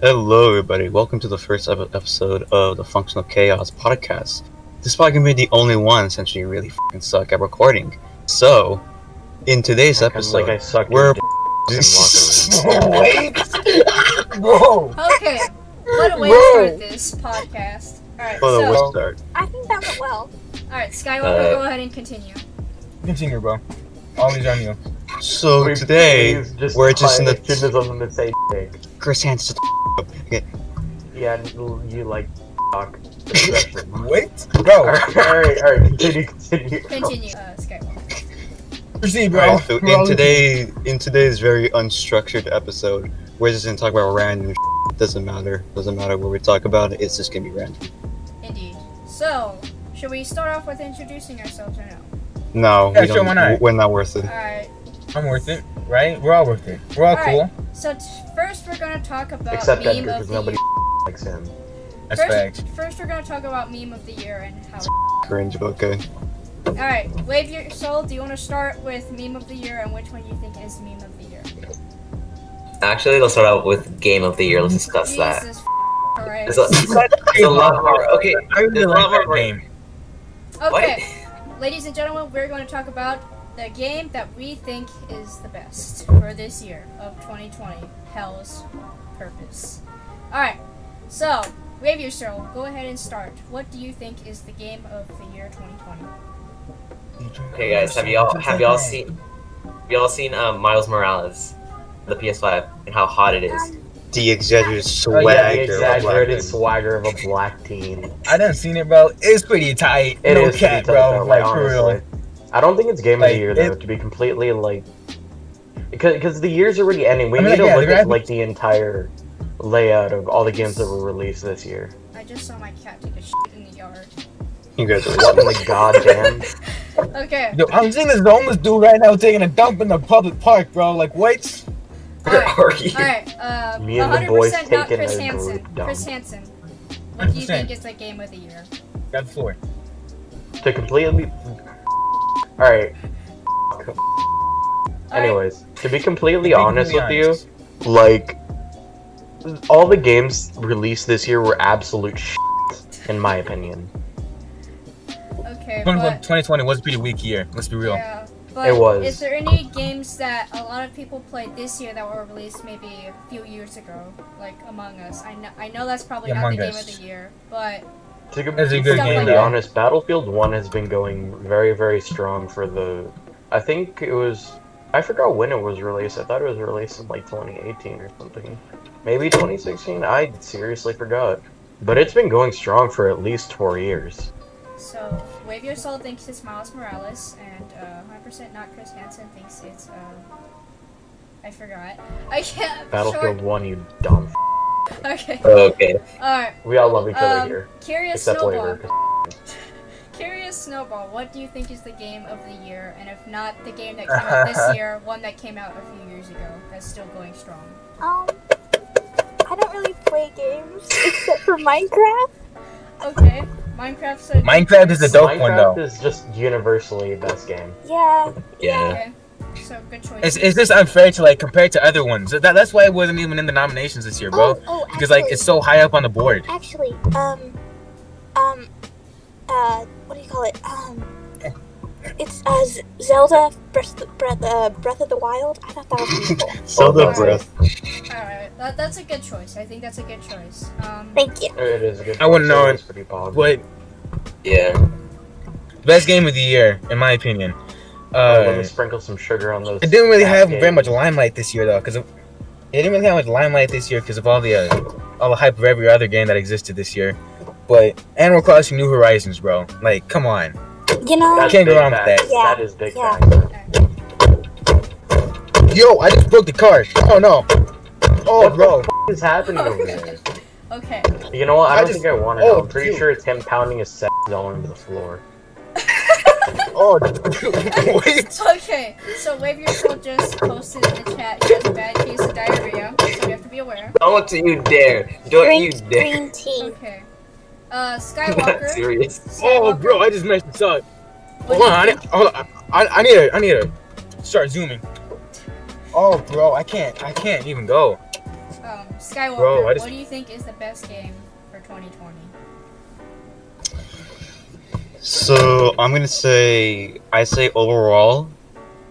Hello, everybody. Welcome to the first ep- episode of the Functional Chaos podcast. This is probably gonna be the only one since we really fucking suck at recording. So, in today's Like I- episode, like I suck we're your d- and Wait. Whoa! Okay. What a way Whoa. to start this podcast. Alright, Well, so we'll start. I think that went well. alright, Skywalker, Uh, go ahead and continue. Continue, bro. Always on you. So We've- today, we've just we're just in the- Goodness, I'm gonna say dick. Chris Hands just up. Okay, Yeah, and you you like talk. What? Bro, alright, alright, continue, continue. Continue, uh, Skywalker. proceed, bro. Alright, so We're all in today, in today's very unstructured episode, we're just gonna talk about random. It doesn't matter. Doesn't matter what we talk about. It's just gonna be random. Indeed. So, should we start off with introducing ourselves or no? No, Yeah, we sure, don't. why not? We're not worth it. Alright. I'm worth it, right? We're all worth it. We're all All cool. So t- first we're gonna talk about Except meme Edgar, of because the nobody likes him. That's First- facts. First we're gonna talk about meme of the year and how Cringe. Okay. Alright, wave your soul, do you wanna start with meme of the year and which one you think is meme of the year? Actually, let's start out with game of the year. Let's discuss that. Jesus Alright. It's a, it's a lot more. Okay, I really there's a like lot that more. game. Okay. What? Ladies and gentlemen, we're going to talk about the game that we think is the best for this year of 2020 Hell's Purpose. Alright, so, Wave Your Soul, go ahead and start. What do you think is the game of the year 2020? Okay, guys, have y'all have y'all seen have y'all seen um, Miles Morales, the PS5, and how hot it is? The exaggerated yeah, swagger. Oh, Yeah, of the exaggerated Blackman. swagger of a black teen. I done seen it, bro. It's pretty tight. It is no pretty cat, tough, bro. though, Like, for real. honestly. I don't think it's game of Like, the year though. it- to be completely like, because because the year's already ending. We I mean, need to yeah, the look at graphics- like the entire layout of all the games that were released this year. I just saw my cat take a shit in the yard. What Congratulations. in the goddamn? Okay, Yo, I'm seeing this homeless dude right now taking a dump in the public park, bro. Like, what? Where alright. are you? Alright, uh, Me and the boys 100% not taking Chris a Hansen. group dump. Chris Hansen, what do 100%. you think is the game of the year? Got the floor. to completely. All right. All right. Anyways, to be completely Being honest with really honest. you, like all the games released this year were absolute shit, in my opinion. Okay, 2020 but 2020 was a pretty weak year. Let's be real. Yeah, but It was. Is there any games that a lot of people played this year that were released maybe a few years ago, like Among Us? I know, I know that's probably not Among the Us. game of the year, but To be It's a good Stuff completely game, like though. that. honest, Battlefield One has been going very, very strong for the. I think it was. I forgot when it was released. I thought it was released in like 2018 or something. Maybe 2016. I seriously forgot. But it's been going strong for at least four years. so Wave Your Soul thinks it's Miles Morales, and uh, 100% not Chris Hansen thinks it's. Uh, I forgot. I can't. Battlefield One, you dumb. F- Short. Okay. Okay. All right. we all love each other Um, here, Curious except Snowball. Waver. 'cause Curious Snowball, what do you think is the game of the year? And if not the game that came out this year, one that came out a few years ago that's still going strong. Um, I don't really play games except for Minecraft. Okay, Minecraft said. Minecraft is a dope Minecraft one, though. is just universally the best game. Yeah, Yeah. Okay, so good choice. It's, it's just unfair to, like, compare to other ones. That, that's why it wasn't even in the nominations this year, bro. Oh, oh, actually, Because, like, it's so high up on the board. actually, um, um, uh, what do you call it? Um, it's uh, Z- Zelda Breath, Breath, uh, Breath of the Wild. I thought that was cool. So the Alright. breath. All right, that, that's a good choice. I think that's a good choice. Um, Thank you. It is a good. I wouldn't game, so know It's pretty popular. But Yeah. best game of the year, in my opinion. Oh, let me Uh, sprinkle some sugar on those. it didn't really fat have games. very much limelight this year, though, because it didn't really have much limelight this year because of all the uh, all the hype of every other game that existed this year. But Animal Crossing New Horizons, bro, like, come on, You know, That's Can't go big wrong with facts. that. Yeah, That is big yeah. facts. yo, I just broke the car. Oh no, oh What bro, What is happening over there? okay, You know what? I I don't just- think I want to oh, know. I'm pretty dude. sure it's him pounding his sex all over the floor. oh dude, wait, okay. So Wave Your Soul just posted in the chat he has a bad case of diarrhea, so you have to be aware. Don't you dare! Don't you drink dare! green tea. Okay. Uh, Not Skywalker. serious. oh Skywalker, bro, I just messed this up. what do Hold you on, I need, think? hold on, I, I need to, I need to start zooming. Oh bro, I can't, I can't even go. Um, Skywalker, Bro, I just- what do you think is the best game for 2020? So I'm gonna say I say overall,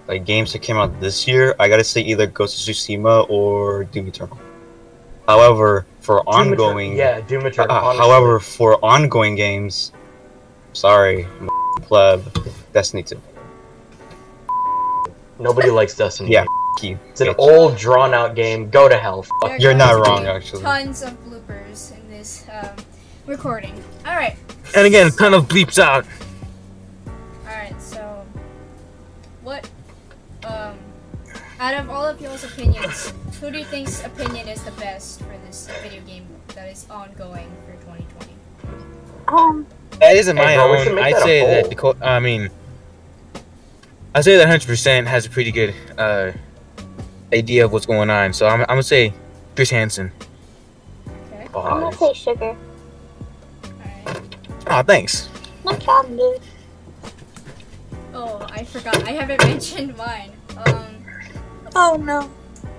like games that came out this year, I gotta say either Ghost of Tsushima or Doom Eternal. However, for Doom Eternal- ongoing, Yeah, Doom uh, Eternal. uh, honestly. however for ongoing games, sorry, I'm a pleb, Destiny 2. nobody likes Destiny. Yeah, f- you. It's an bitch. old, drawn out game. Go to hell. Fuck. There You're are not going to wrong, be actually. Tons of bloopers in this um, recording. All right, And again, kind of bleeps out. all right. So, what? Um, out of all of y'all's opinions, who do you think's opinion is the best for this video game that is ongoing for 2020? Um, That isn't Hey, my bro, we should own. make I'd that a say that poll. Dakota. I mean, I'd say that 100% has a pretty good uh, idea of what's going on. So I'm, I'm gonna say Chris Hansen. Okay. I'm Bye. gonna say sugar. All right. Oh, thanks. No problem, dude. Oh, I forgot. I haven't mentioned mine. Um. Oh no.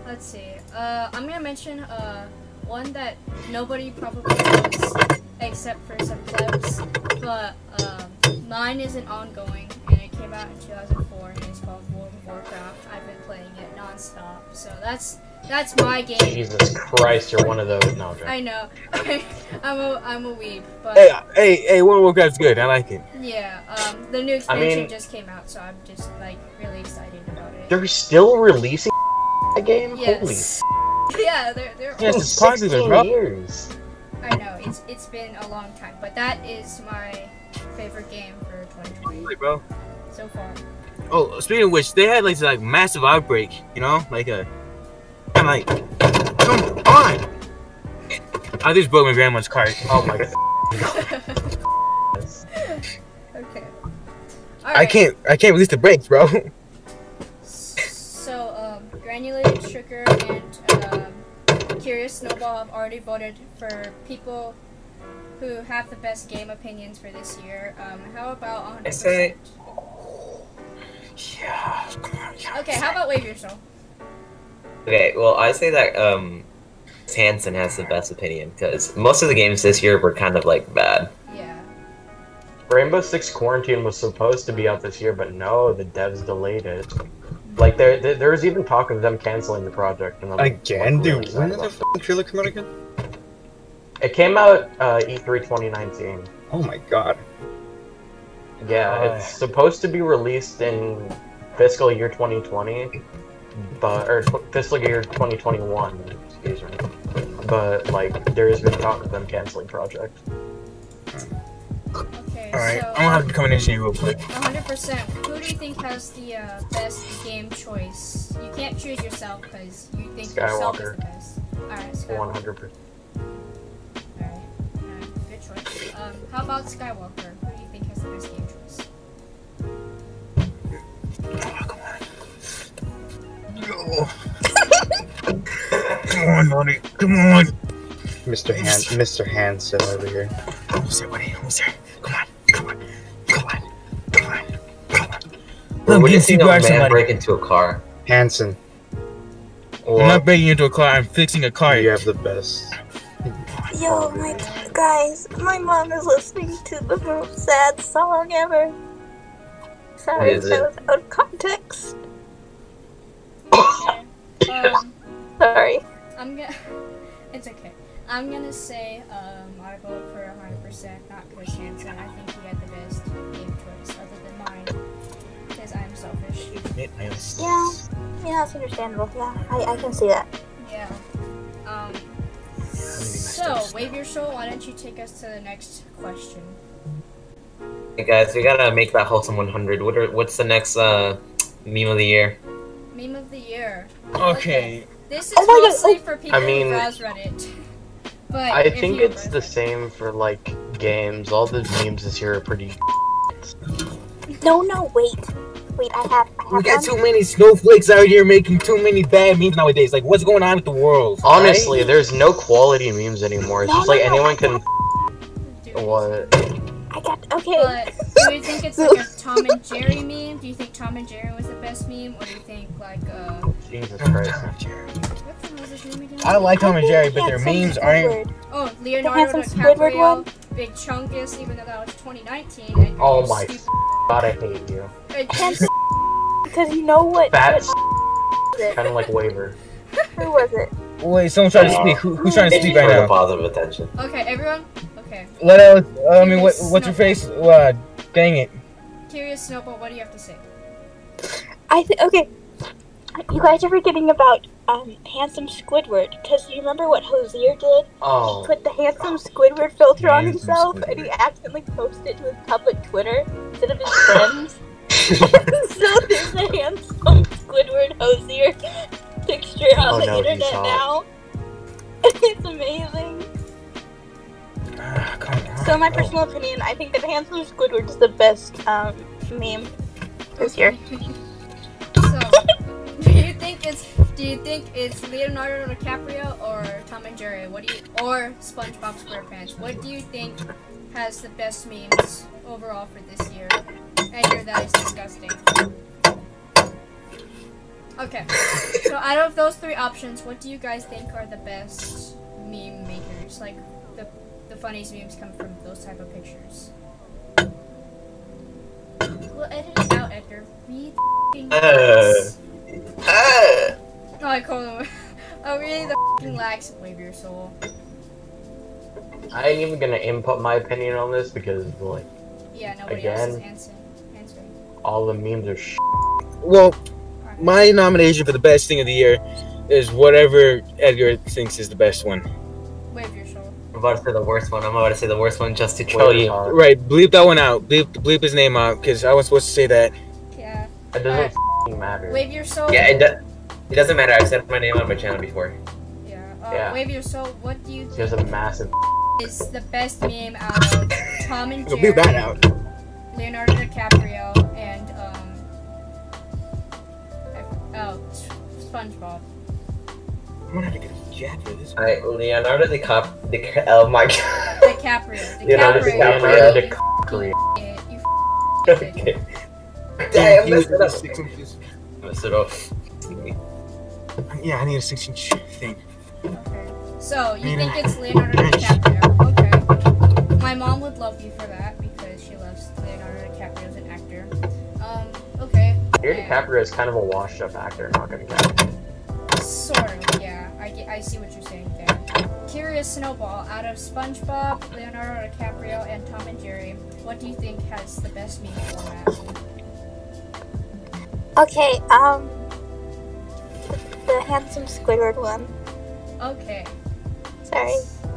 Let's see. Uh, I'm gonna mention uh, one that nobody probably knows except for some plebs, but um, mine isn't ongoing, and it came out in 2004, and it's called World of Warcraft. I've been playing it nonstop, so that's that's my game. Jesus Christ, you're one of those. No, I'm joking. I know. I'm a I'm a weeb, but Hey, uh, hey, hey, World of Warcraft's good. I like it. yeah. Um, the new I expansion mean- just came out, so I'm just like really excited about it. They're still releasing a game. Holy yes. yeah, they're they're Yes, It's it's popular, 16 bro. years. I know it's it's been a long time, but that is my favorite game for 2020 bro. so far. Oh, speaking of which, they had like this like massive outbreak. You know, like a. I'm like, come on. I just broke my grandma's cart. Oh my god. okay. All right. I can't. I can't release the brakes, bro. So, um, granulated sugar and um, curious snowball have already voted for people who have the best game opinions for this year. Um, how about 100%? I say- Yeah, come on. Yeah. Okay, how about wave yourself? Okay, well, I say that um, Hansen has the best opinion because most of the games this year were kind of like bad. Yeah. Rainbow Six Quarantine was supposed to be out this year, but no, the devs delayed it. Like there, there, there was even talk of them canceling the project. And I'm, like, Again, really dude. excited When did the about f***ing trailer come out again? that. It came out uh, E3 2019. Oh my god. Yeah, Ah. it's supposed to be released in fiscal year 2020, but or tw- fiscal year 2021. Excuse me. But like, there has been talk of them canceling project. Okay. All right, so, I'm gonna have to come in and see you real quick. 100%. Who do you think has the uh, best game choice? You can't choose yourself because you think yourself is Skywalker. the best. Alright, Skywalker. 100. Alright, alright, Good choice. Um, how about Skywalker? Who do you think has the best game choice? No. come on, Lonnie. Come on. Mr. Han Mr. Hansen over here. Almost there, buddy. Almost there. Come on. Come on. Come on. Come on. Come on. Bro, Let when me you see see you a grab man somebody. break into a car, Hansen, Or I'm not breaking into a car. I'm fixing a car. you have the best. Yo, my guys, my mom is listening to the most sad song ever. What Sorry, is that was out of context. Okay. Um, Sorry. I'm gonna. It's okay. I'm gonna say um, I vote for 100%, not Chris Hansen. I think he had the best game choice other than mine because I'm selfish. Yeah, yeah, that's understandable. Yeah, I, I can see that. Yeah. Um, so, Wave Your Soul, why don't you take us to the next question? hey guys, we gotta make that wholesome 100. What are, what's the next uh, meme of the year? Meme of the year. Okay. This is Oh my God, mostly for people I mean- who browse Reddit. But I if you think it's browse the Reddit- same for like games. All the memes this year are pretty. No, no, wait, wait. I have, I have We got one. too many snowflakes out here making too many bad memes nowadays. Like, what's going on with the world? right? Honestly, there's no quality memes anymore. It's No, just no, like no, anyone I can. do this. What? I got okay. But do you think it's like a Tom and Jerry meme? Do you think Tom and Jerry was the best meme? Or do you think like uh, Jesus Tom Christ. and Jerry. What film was his name again? I like Tom and think Jerry, the but their handsome memes aren't. Squidward. Oh, handsome Leonardo Squidward one? DiCaprio, Big Chungus, even though that was 2019. And Oh my stupid- God, I hate you. and Handsome because you know what? Fat what was it? kind of like waiver. Who was it? Wait, someone trying to Uh, speak. Who, who's trying to Thank you speak for right the now? positive attention. Okay, everyone. Okay, Let out. Uh, I mean, what, what's your face? Uh, dang it. curious snowball. What do you have to say? I think okay. You guys are forgetting about um, handsome Squidward because you remember what Hosier did? He Oh, put the handsome Squidward filter on Handsome himself, and he accidentally posted it to his public Twitter instead of his friends. so there's a handsome Squidward Hosier picture on Oh, the no, he's internet hot. now. it's amazing. Ah, come on. So, in my Oh. personal opinion, I think that handsome Squidward is the best um, meme this year. So, do you think it's do you think it's Leonardo DiCaprio or Tom and Jerry? What do you or SpongeBob SquarePants? What do you think has the best memes overall for this year? And your that is disgusting. Okay, so out of those three options, what do you guys think are the best meme makers? Like the the funniest memes come from those type of pictures. We'll edit it out, Edgar. Read f***ing Uh. Ah! Oh, I call him. Oh, really? The fucking lax wave your soul. I ain't even gonna input my opinion on this because like Yeah, nobody else is Again? answering. Answering. all the memes are sh- Well, Alright. my nomination for the best thing of the year is whatever Edgar thinks is the best one. Wave your soul. I'm about to say the worst one. I'm about to say the worst one just to troll you. hard. Right, bleep that one out. Bleep, bleep his name out because I was supposed to say that. Yeah. It doesn't f***ing matter. Wave your soul. Yeah, it, do- it doesn't matter. I've said my name on my channel before. Yeah. Uh, Yeah. Wave your soul. What do you He has think a massive. is the best meme out of Tom and Bleep Jerry, that out. Leonardo DiCaprio, and um, I- oh, S- SpongeBob. I'm gonna have to get a jab for this. I Leonardo DiCap. Dic- oh my god. DiCaprio. Leonardo DiCaprio. DiCaprio. Korea. Yeah, you f- did. okay. Damn, I You need messed it a up. 16 piece- Messed it up. Yeah, I need a 16 inch thing. Okay. So you Mean think it. it's Leonardo DiCaprio? Okay. My mom would love you for that because she loves Leonardo DiCaprio as an actor. Um. Okay. Leonardo DiCaprio is kind of a washed-up actor. Not gonna count. Sort of. Yeah. I, get, I see what you're saying there. Curious Snowball out of SpongeBob, Leonardo DiCaprio, and Tom and Jerry. What do you think has the best meme format? Okay, um, the handsome Squidward one. Okay. Sorry.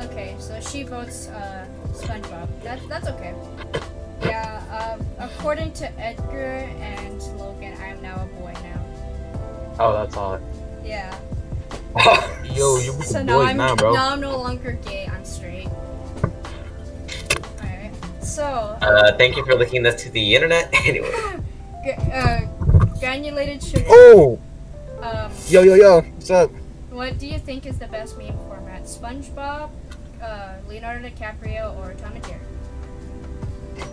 Okay, so she votes uh, SpongeBob. That, that's okay. Yeah, um, according to Edgar and Logan, I am now a boy now. Oh, that's all. Yeah. Yo, you with so the now boys I'm now, bro. now I'm no longer gay. I'm straight. Alright. So Uh, thank you for linking this to the internet. Anyway, g- uh, granulated sugar. Oh, Um, yo, yo, yo. What's up? what do you think is the best meme format? SpongeBob, uh, Leonardo DiCaprio, or Tom and Jerry?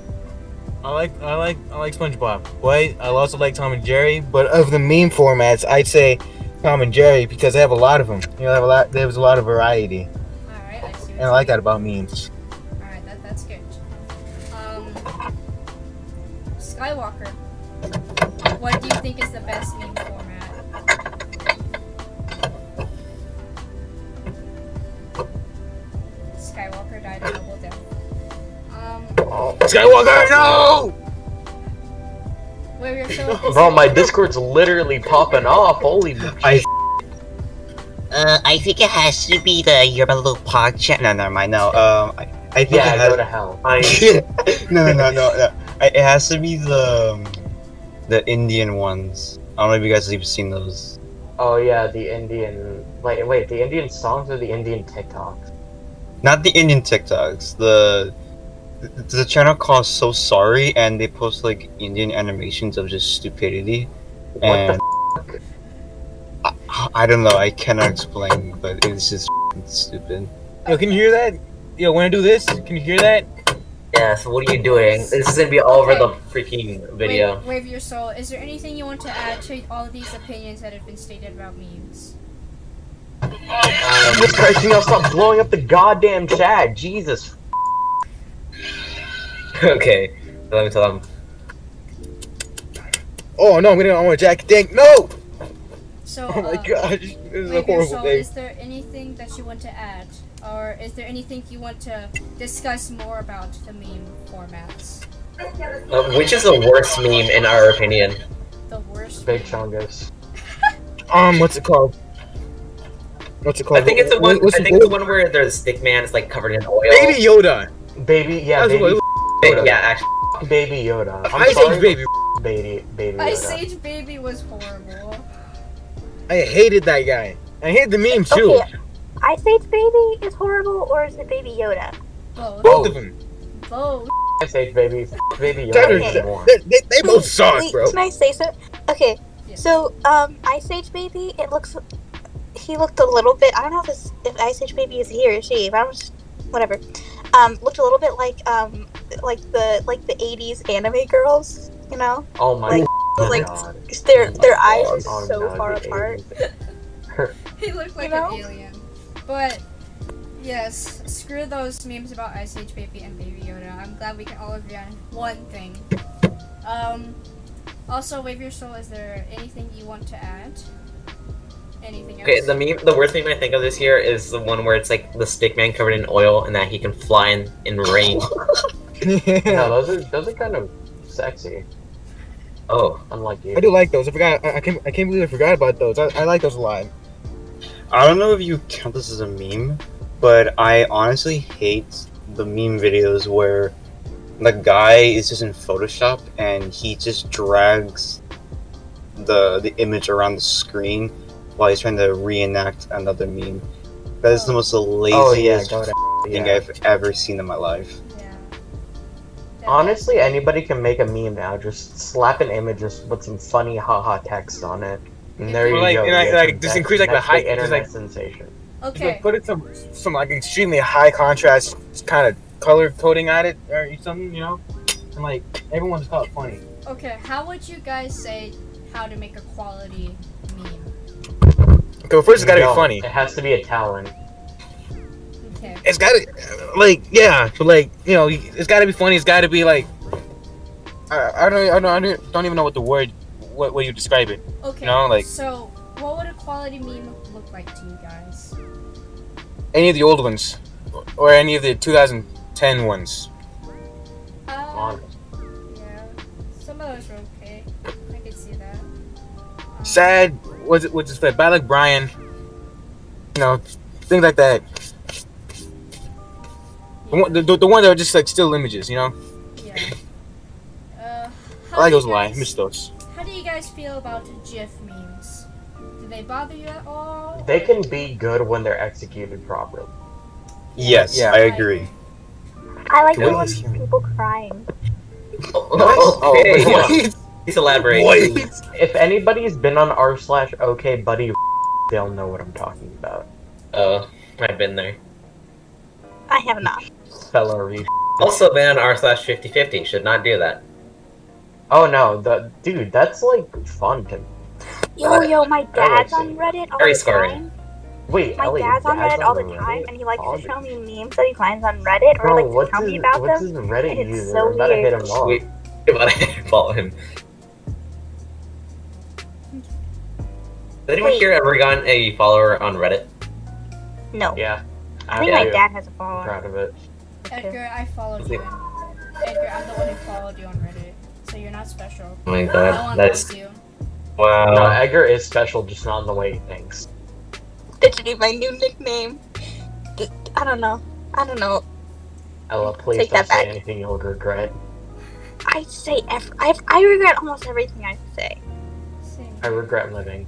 I like, I like, I like SpongeBob, but I also like Tom and Jerry. But of the meme formats, I'd say Tom and Jerry because they have a lot of them. You know, they have a lot. There was a lot of variety, All right, I see. what and I like that about memes. All right, that, that's good. Um, Skywalker, what do you think is the best meme format? Skywalker died a noble death. Um, Skywalker, no! where your soul is Bro, my Discord's literally popping off. Holy. I- Uh, I think it has to be the Your Little Pod channel. No, never mind. No, um, I, I think Yeah, it go has. to hell. I no, no, no, no, no. I, it has to be the um, the Indian ones. I don't know if you guys have even seen those. Oh yeah, the Indian. Wait, wait, the Indian songs or the Indian TikToks? Not the Indian TikToks. The th- the channel called So Sorry, and they post like Indian animations of just stupidity. What And the? I, I don't know. I cannot explain, but it's just f***ing stupid. Yo, can you hear that? Yo, when I do this, can you hear that? Yeah, so what are you doing? This is gonna be all over the freaking video. Wave, wave your soul. Is there anything you want to add to all of these opinions that have been stated about memes? Um, Jesus Christ, you gotta stop blowing up the goddamn chat. Jesus. okay, let me tell them. Oh no, I'm gonna own a jacket. Dang, no! So, Oh my uh, gosh, this is a Wave your horrible soul. day. Is there anything that you want to add, or is there anything you want to discuss more about the meme formats? Uh, which is the worst meme in our opinion? The worst. Big meme. Chungus. Um, what's it called? What's it called? I think it's the one. What's I it think it's the called? one where there's stick man is like covered in oil. Baby Yoda. Baby, yeah, That's baby, what- Ba- yeah, actually, f- baby Yoda. I'm Ice sorry, Age Baby. baby, baby Yoda. Ice Age Baby was horrible. I hated that guy. I hated the meme too. Okay. Ice Age Baby is horrible, or is it Baby Yoda? Both. Both of them. Both. Ice Age Baby, f- baby Yoda Tyler, Okay. even more. They, they, they both Wait, suck, wait, bro. Can I say so? Okay, Yeah. so um, Ice Age Baby, it looks. He looked a little bit. I don't know if this, if Ice Age Baby is he or she, but I'm just whatever. Um, looked a little bit like um, like the like the '80s anime girls. You know, Oh my Like- god. like, their their eyes are Oh so no, far the apart. aliens. He looked like know? an alien. But yes, screw those memes about Ice Age Baby and Baby Yoda. I'm glad we can all agree on one thing. Um. Also, wave your soul. Is there anything you want to add? Anything else? okay. The meme, the worst meme I think of this year is the one where it's like the stick man covered in oil and that he can fly in, in rain. yeah. No, those are those are kind of sexy. Oh, Unlike you. I do like those. I forgot. I, I can't. I can't believe I forgot about those. I, I like those a lot. I don't know if you count this as a meme, but I honestly hate the meme videos where the guy is just in Photoshop and he just drags the the image around the screen while he's trying to reenact another meme. That is the most oh yeah, laziest go to thing yeah. I've ever seen in my life. Yeah. That- Honestly, anybody can make a meme now. Just slap an image, just put some funny haha text on it, and there Well, you like- go. and you like- have like, some just text, increase, like, and the that's, like, height, just, internet like- sensation. Just, like, Okay. put it some some like extremely high contrast kind of color coding on it or something, you know, and like everyone just thought it funny. Okay. How would you guys say how to make a quality meme? Okay, well, first it's gotta No, be funny. It has to be a talent. Okay. It's gotta like yeah, but like you know, it's gotta be funny. It's gotta be like I, I don't I don't I don't- don't even know what the word what what you describe it. Okay. know, like- so, what would a quality meme look like to you guys? Any of the old ones or any of the 2010 ones. Uh, Honest. yeah. Some of those were okay. I could see that. Um, Sad was it was just like Bad Luck Brian, you know, things like that. The Yeah. one, the, the, the one that were just like still images, you know. yeah. Uh, I how like do those a you lot. I guys- miss those. How do you guys feel about GIF memes? Do they bother you at all? They can be good when they're executed properly. Yes, Yeah. I agree. I like Can the we ones just- with people crying. oh, okay. Please elaborate. Wait. please. If anybody's been on r slash okay buddy, they'll know what I'm talking about. Oh, I've been there. I have not. Fellow re. Also, ban r slash 50/50. Should not do that. Oh no, the dude, that's like fun to. Yo, yo, my dad's like on it. Reddit all Very the scary. time. Wait, My Ellie, your dad's on Reddit all the Reddit? time, and he likes Oh, to show me memes that he finds on Reddit or Bro, like to what's tell his, me about what's them. his Reddit and it's user? so I'm about to hit weird. him off. Wait, about it. Follow him. Has anyone Wait. here ever gotten a follower on Reddit? No, Yeah. I think Yeah, my I'm dad has a follower. Proud of it. Edgar, I followed you. Edgar, I'm the one who followed you on Reddit, so you're not special. Oh my No one god, that loves is you. wow. No, Edgar is special, just not in the way he thinks. That should be my new nickname. D- I don't know. I don't know. Ella, please Take don't that say back. anything you'll regret. I say ev- I I regret almost everything I say. Same. I regret living.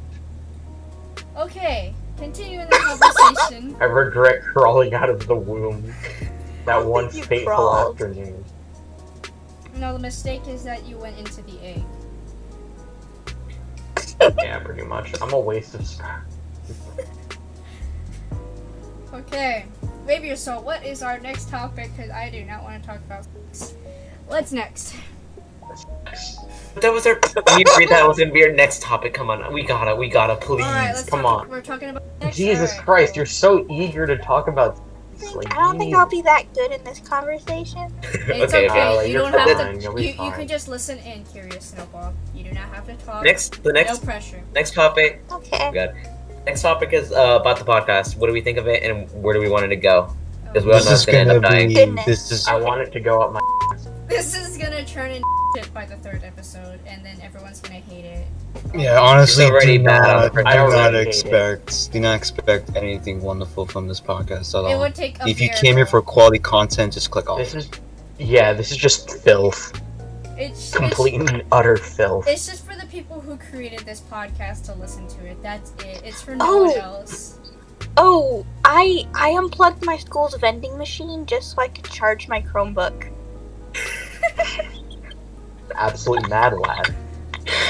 Okay, continuing the conversation. I regret crawling out of the womb that one think you fateful crawled. afternoon. no, the mistake is that you went into the egg. Yeah, pretty much. I'm a waste of sperm. Okay, Wavy Assault, what is our next topic? Because I do not want to talk about sex. What's next? That was our. We agreed that was gonna be our next topic. Come on, we gotta, we gotta, please. Alright, let's Come talk, on. We're talking about sex? Jesus Alright, Christ, cool. you're so eager to talk about. I It's think- like, I don't think Jesus. I'll be that good in this conversation. It's Okay, okay. okay, like, you you're don't have fine. You'll to. be You, you fine. can just listen in, Curious Snowball. You do not have to talk. Next, the No next, pressure. next topic. Okay. God. Next topic is uh, about the podcast. What do we think of it, and where do we want it to go? Because Oh. we all This know is it's gonna end gonna up dying. be. Goodness. This is. I want it to go up my. This is gonna turn into shit by the third episode, and then everyone's gonna hate it. Yeah, honestly, It's already do bad on the not, do front end. not I already expect, do not expect anything wonderful from this podcast at It all. would take. A If you miracle. came here for quality content, just click off. This is. Yeah, this is just filth. it's Complete It's, and utter filth. it's just for the people who created this podcast to listen to it. That's it. It's for no one Oh. else. Oh, I I unplugged my school's vending machine just so I could charge my Chromebook. Absolute mad lad.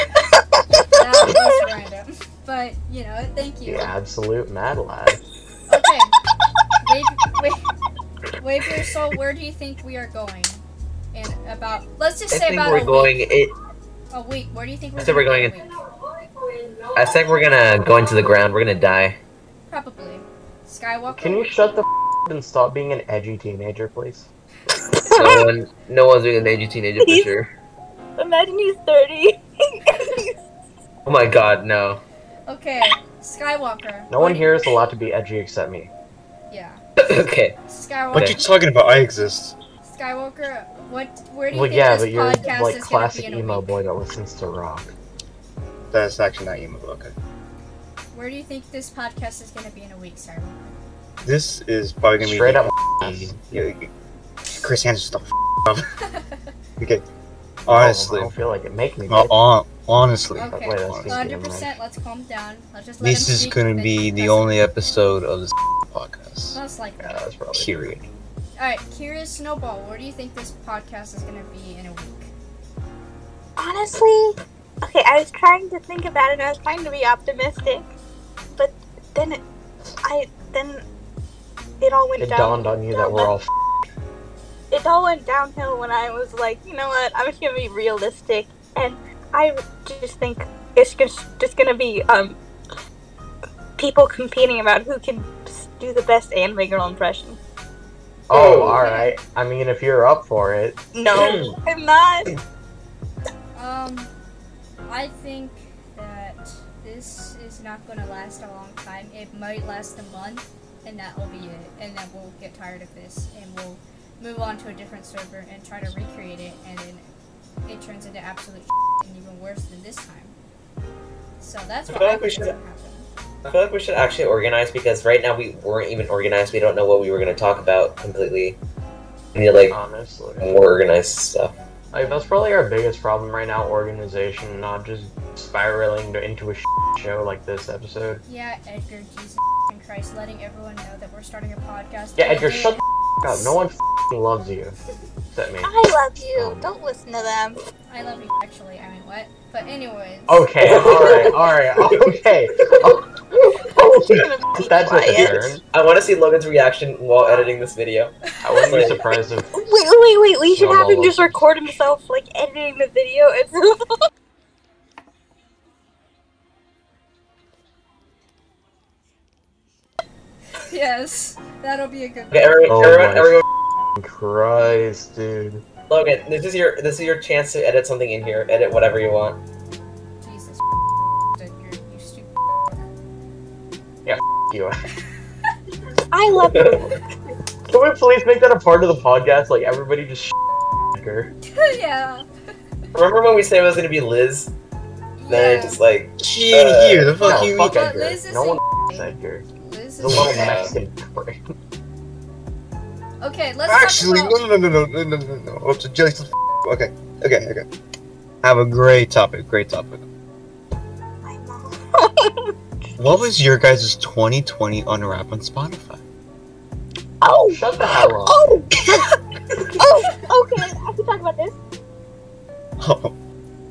That was random. But you know, thank you. You absolute mad lad. Okay. Wave, wave, wave your soul. Where do you think we are going? In about, let's just I say think about we're a going. week. It. A week. Where do you think we're, I said gonna we're be in a week? I think we're gonna go into the ground. We're gonna die. Probably. Skywalker. Can you shut the f- up and stop being an edgy teenager, please? No one, no one's being an edgy teenager for sure. Imagine he's thirty. Oh my god, no. Okay. Skywalker. No What one do- here is allowed to be edgy except me. Yeah. okay. Skywalker. What you talking about? I exist. Skywalker. What? Where do you Well, think yeah, this but you're podcast like is gonna classic be in a emo week? boy that listens to rock. That's actually not emo. Okay. Where do you think this podcast is gonna be in a week, Skywalker? This is probably gonna be Straight the- up. ass. Yeah, Chris Hansen, stop. F- up. okay. Oh, Honestly, I don't feel like it. Make me. Uh, bitch. hon- honestly, Okay. Wait, that's just Hundred being percent. Let's calm down. Let's just let this him is speak, gonna then be he the does it. only episode of this podcast. Most likely. Yeah, that's probably. Period. All right, Curious Snowball, where do you think this podcast is going to be in a week? Honestly, okay, I was trying to think about it. and I was trying to be optimistic, but then it, I then it all went It down. dawned on you that we're all. f- it all went downhill when I was like, you know what, I'm just gonna be realistic, and I just think it's just just gonna be um people competing about who can s- do the best anime girl impression. Oh, all right. I mean, if you're up for it, No, I'm not. Um, I think that this is not going to last a long time. It might last a month, and that will be it. And then we'll get tired of this, and we'll move on to a different server and try to recreate it, and then it turns into absolute and even worse than this time. So that's I what feel I like we think is should- gonna happen. I feel like we should actually organize because right now we weren't even organized. We don't know what we were gonna talk about completely. We need like honestly, more organized stuff. like that's probably our biggest problem right now: organization, not just spiraling into a sh- show like this episode. Yeah, Edgar, Jesus and Christ, letting everyone know that we're starting a podcast. Yeah, and Edgar, it- shut the f- up. No one f- loves you except me. I love you. Don't listen to them. I love you, actually. I mean, what? But anyways. Oh. Okay, all right, all right, okay. Oh, You're gonna be that's a quiet. turn. I want to see Logan's reaction while editing this video. I wouldn't be surprised if Wait, wait, wait. We should No, have no, him just no. record himself like editing the video. And Yes, that'll be a good. Okay, everyone, Oh everyone, my everyone, Christ, dude. Logan, this is your this is your chance to edit something in here. Edit whatever you want. Jesus, Edgar, you stupid. F- You. I love you. Can we please make that a part of the podcast? Like everybody just sh- her. yeah. Remember when we said it was gonna be Liz? Then yeah. it's just like Get Uh, here, the fuck no, you. fuck But Edgar. Liz is no one a- f- Edgar. Liz The is. little Yeah. Mexican prick. Okay, let's Actually, talk no, no, no, no, no, no, no, no. What's a jelly? F- Okay, okay, okay. Have a great topic. Great topic. My mom. What was your guys' 2020 unwrap on Spotify? Oh, Shut the hell up. oh, oh. Okay, I can talk about this. Oh, about.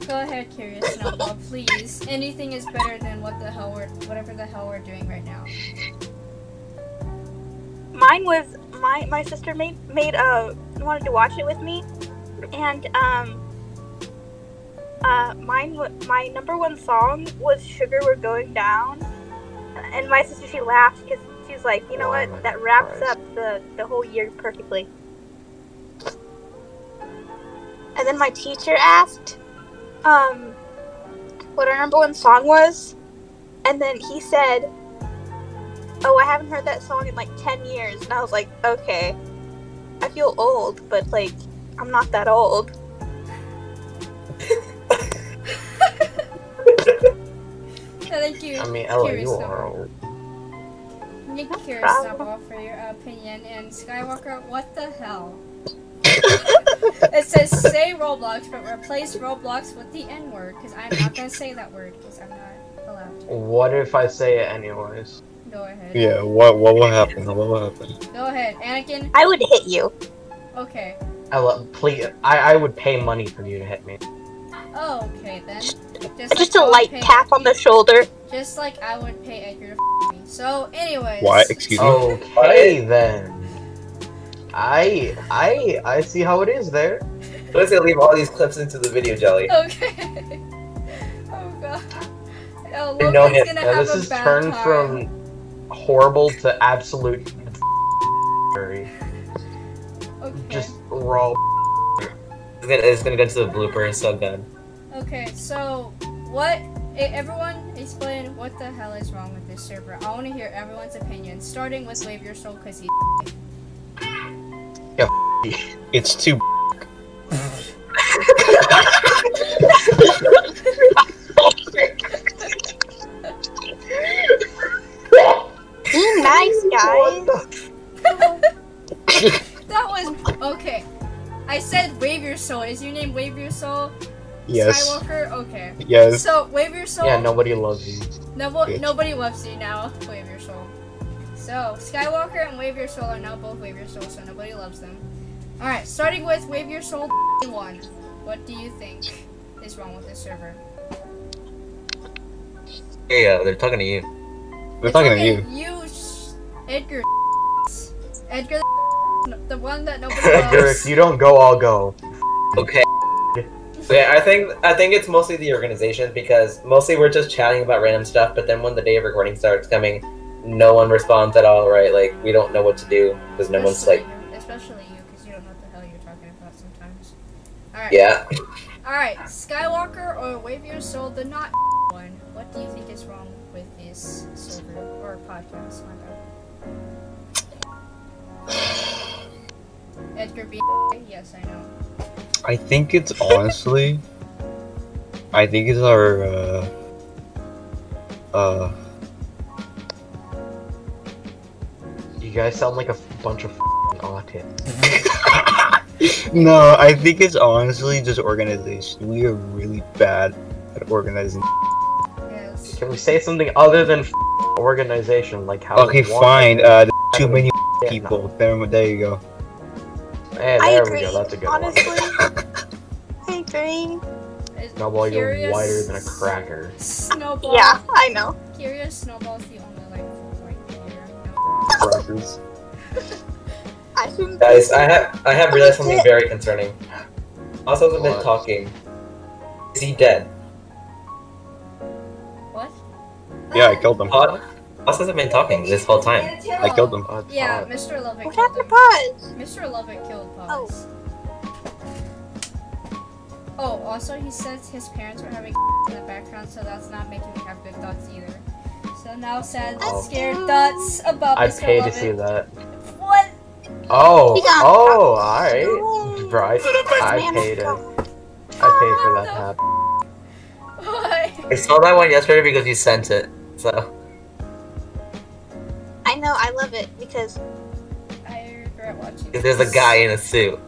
Go ahead, Curious Snowball, please. Anything is better than what the hell we're, whatever the hell we're doing right now. mine was my my sister made made uh wanted to watch it with me, and um. Uh, mine wa- my number one song was "Sugar We're Going Down," and my sister she laughed because she's like, you know Oh my what, that wraps Christ. up the the whole year perfectly. And then my teacher asked, um, what our number one song was, and then he said, "Oh, I haven't heard that song in like ten years," and I was like, okay, I feel old, but like I'm not that old. I think you. I mean, Ella, curious you though. are Ah. old. Nick No curious problem. Snowball for your opinion and Skywalker, what the hell? it says say Roblox, but replace Roblox with the N word because I'm not gonna say that word because I'm not allowed. to. What if I say it anyways? Go ahead. Yeah, what what will happen? What will happen? Go ahead, Anakin. I would hit you. Okay. Ella, please, I, I would pay money for you to hit me. Oh, okay then. Just like a I would light pay- tap on the shoulder. Just like I would pay Edgar to f- me. So, anyways. Why? Excuse me. Okay then. I I I see how it is there. Let's gonna leave all these clips into the video, Jelly. Okay. oh god. Oh, You Logan's know him. gonna Now, have this a is bad turned time. from horrible to absolute fury. Okay. just raw. It's gonna, it's gonna go into the bloopers. So good. Okay, so what? e- Everyone, explain what the hell is wrong with this server. I want to hear everyone's opinion, starting with Wave Your Soul, cause he. It's too. Be nice, guys. That was okay. I said Wave Your Soul. Is your name Wave Your Soul? Yes. Skywalker. Okay. Yes. So Wave Your Soul. Yeah, nobody loves you. Nobo- Bitch. nobody loves you now. Wave your soul. So Skywalker and Wave Your Soul are now both Wave Your Soul, so nobody loves them. All right, starting with Wave Your Soul one. What do you think is wrong with this server? Here you go. uh, They're talking to you. They're It's talking to okay, you. You, sh- Edgar. Edgar, the one that nobody Edgar, if loves. you don't go, I'll go. Okay. Okay, I think I think it's mostly the organization because mostly we're just chatting about random stuff. But then when the day of recording starts coming, no one responds at all. Right? Like we don't know what to do because no one's Especially like, you, especially you, because you don't know what the hell you're talking about sometimes. All right. yeah. All right, Skywalker or Wave Your Soul, the not one. What do you think is wrong with this server or podcast? My bad. Edgar B. Yes, I know. I think it's honestly. I think it's our. Uh, uh, You guys sound like a f- bunch of f***ing autists. no, I think it's honestly just organization. We are really bad at organizing. Yes. Can we say something other than f- organization? Like how? Okay, we want fine. it? Uh, there's too many Yeah, people. There, there you go. no. Hey, I Eh, there agree. we go. That's a good Honestly, one. I agree. Is- Now, while you're Curious wider than a cracker. Snowball. Yeah, I know. Curious Snowball's the only like white player. Crackers. I shouldn't. Guys, I have I have realized something very concerning. Also, has been What? talking. Is he dead? What? Yeah, I killed them. Pod also hasn't been talking this whole time. I killed them. Uh, Yeah, uh, Mr. Lovett What killed happened to them. Pudge? Mr. Lovett killed Pops. Oh. also he says his parents were having in the background, so that's not making me have good thoughts either. So now sad, Oh. scared thoughts about I Mr. paid to Lovett. see that. What? Oh, He got- oh, alright. Yay. Right. I Man, paid it. I God. paid for that to happen. What? I saw that one yesterday because you sent it. So I know, I love it because I regret watching. 'cause there's a this. guy in a suit.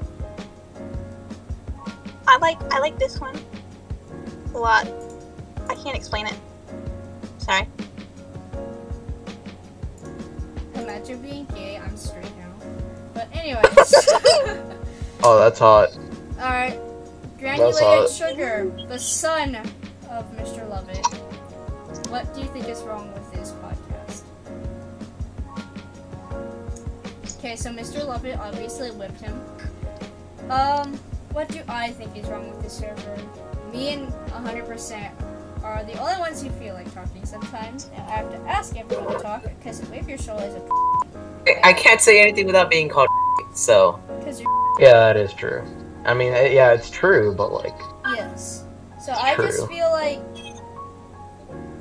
I like I like this one a lot. I can't explain it. Sorry. Imagine being gay. I'm straight now. But anyways. Oh, that's hot. All right. all. Granulated sugar, the son of Mr. Lovett. What do you think is wrong with this podcast? Okay, so Mr. Lovett obviously whipped him. Um, what do I think is wrong with the server? Me and 100% are the only ones who feel like talking sometimes, and I have to ask everyone to talk because Wave Your Shoal is a I can't say anything without being called. So because you're Yeah, that is true. I mean, eh, yeah, it's true, but like, yes. So I just True. feel like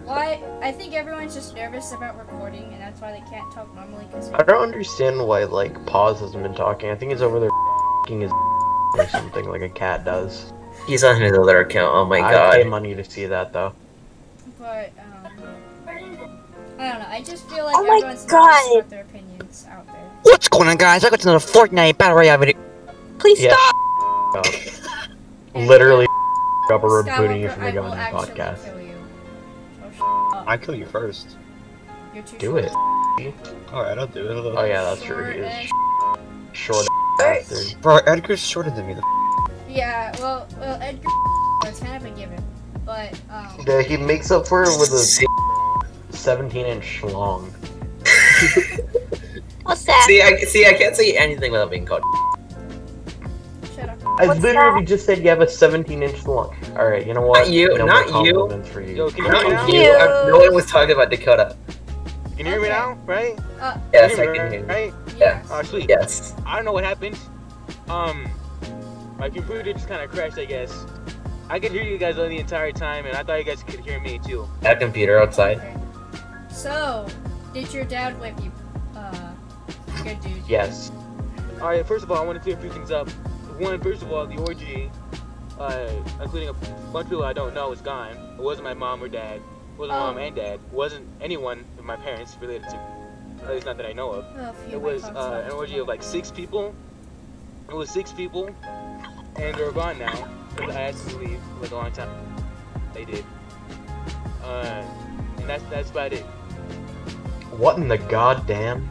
why I think everyone's just nervous about recording, and that's why they can't talk normally because I don't understand why like Paws hasn't been talking. I think he's over there f***ing his or something like a cat does. Oh he's on his other account. Oh my I pay god. money to see that though. But um, I don't know. I just feel like Oh my everyone's nervous God. about their opinions out there. What's going on, guys? I got another Fortnite battle royale video. Please Yeah, stop. up. Literally up or booting you Skywalker, from the I will goddamn actually podcast. kill you. Oh, sh- up. I kill you first. You're too Do it. All right, I'll do it. I'll- Oh yeah, that's true. He is short bastard. Bro, Edgar's shorter than me. The Yeah, well, well, Edgar, that's kind of a given. But, um, Yeah, he makes up for it with a 17 inch long. What's that? See, I see. I can't say anything without being called. shut up. I What's literally just said you have a 17 inch long. All right, you know what? Not you, no not more you. compliments For you. Yo, can you hear me now? Not you. I- no one was talking about Dakota. Can you hear me Okay. now? Right? Yes, I Can you hear can hear. me, you. Right? Yeah. Yes. Oh, sweet. Yes. I don't know what happened. Um, my computer just kind of crashed, I guess. I could hear you guys the entire time, and I thought you guys could hear me too. That computer outside. So, did your dad whip you? Uh, good dude. Yes. All right, first of all, I want to clear a few things up. One, first of all, the orgy, uh, including a bunch of people I don't know, is gone. It wasn't my mom or dad. It wasn't Oh. mom and dad. It wasn't anyone of my parents related to. At least not that I know of. Oh, phew, It my was cock's uh, an not- orgy of like six people. It was six people, and they're gone now. 'cause I asked them to leave like a long time. They did. Uh, and that's that's about it. What in the goddamn?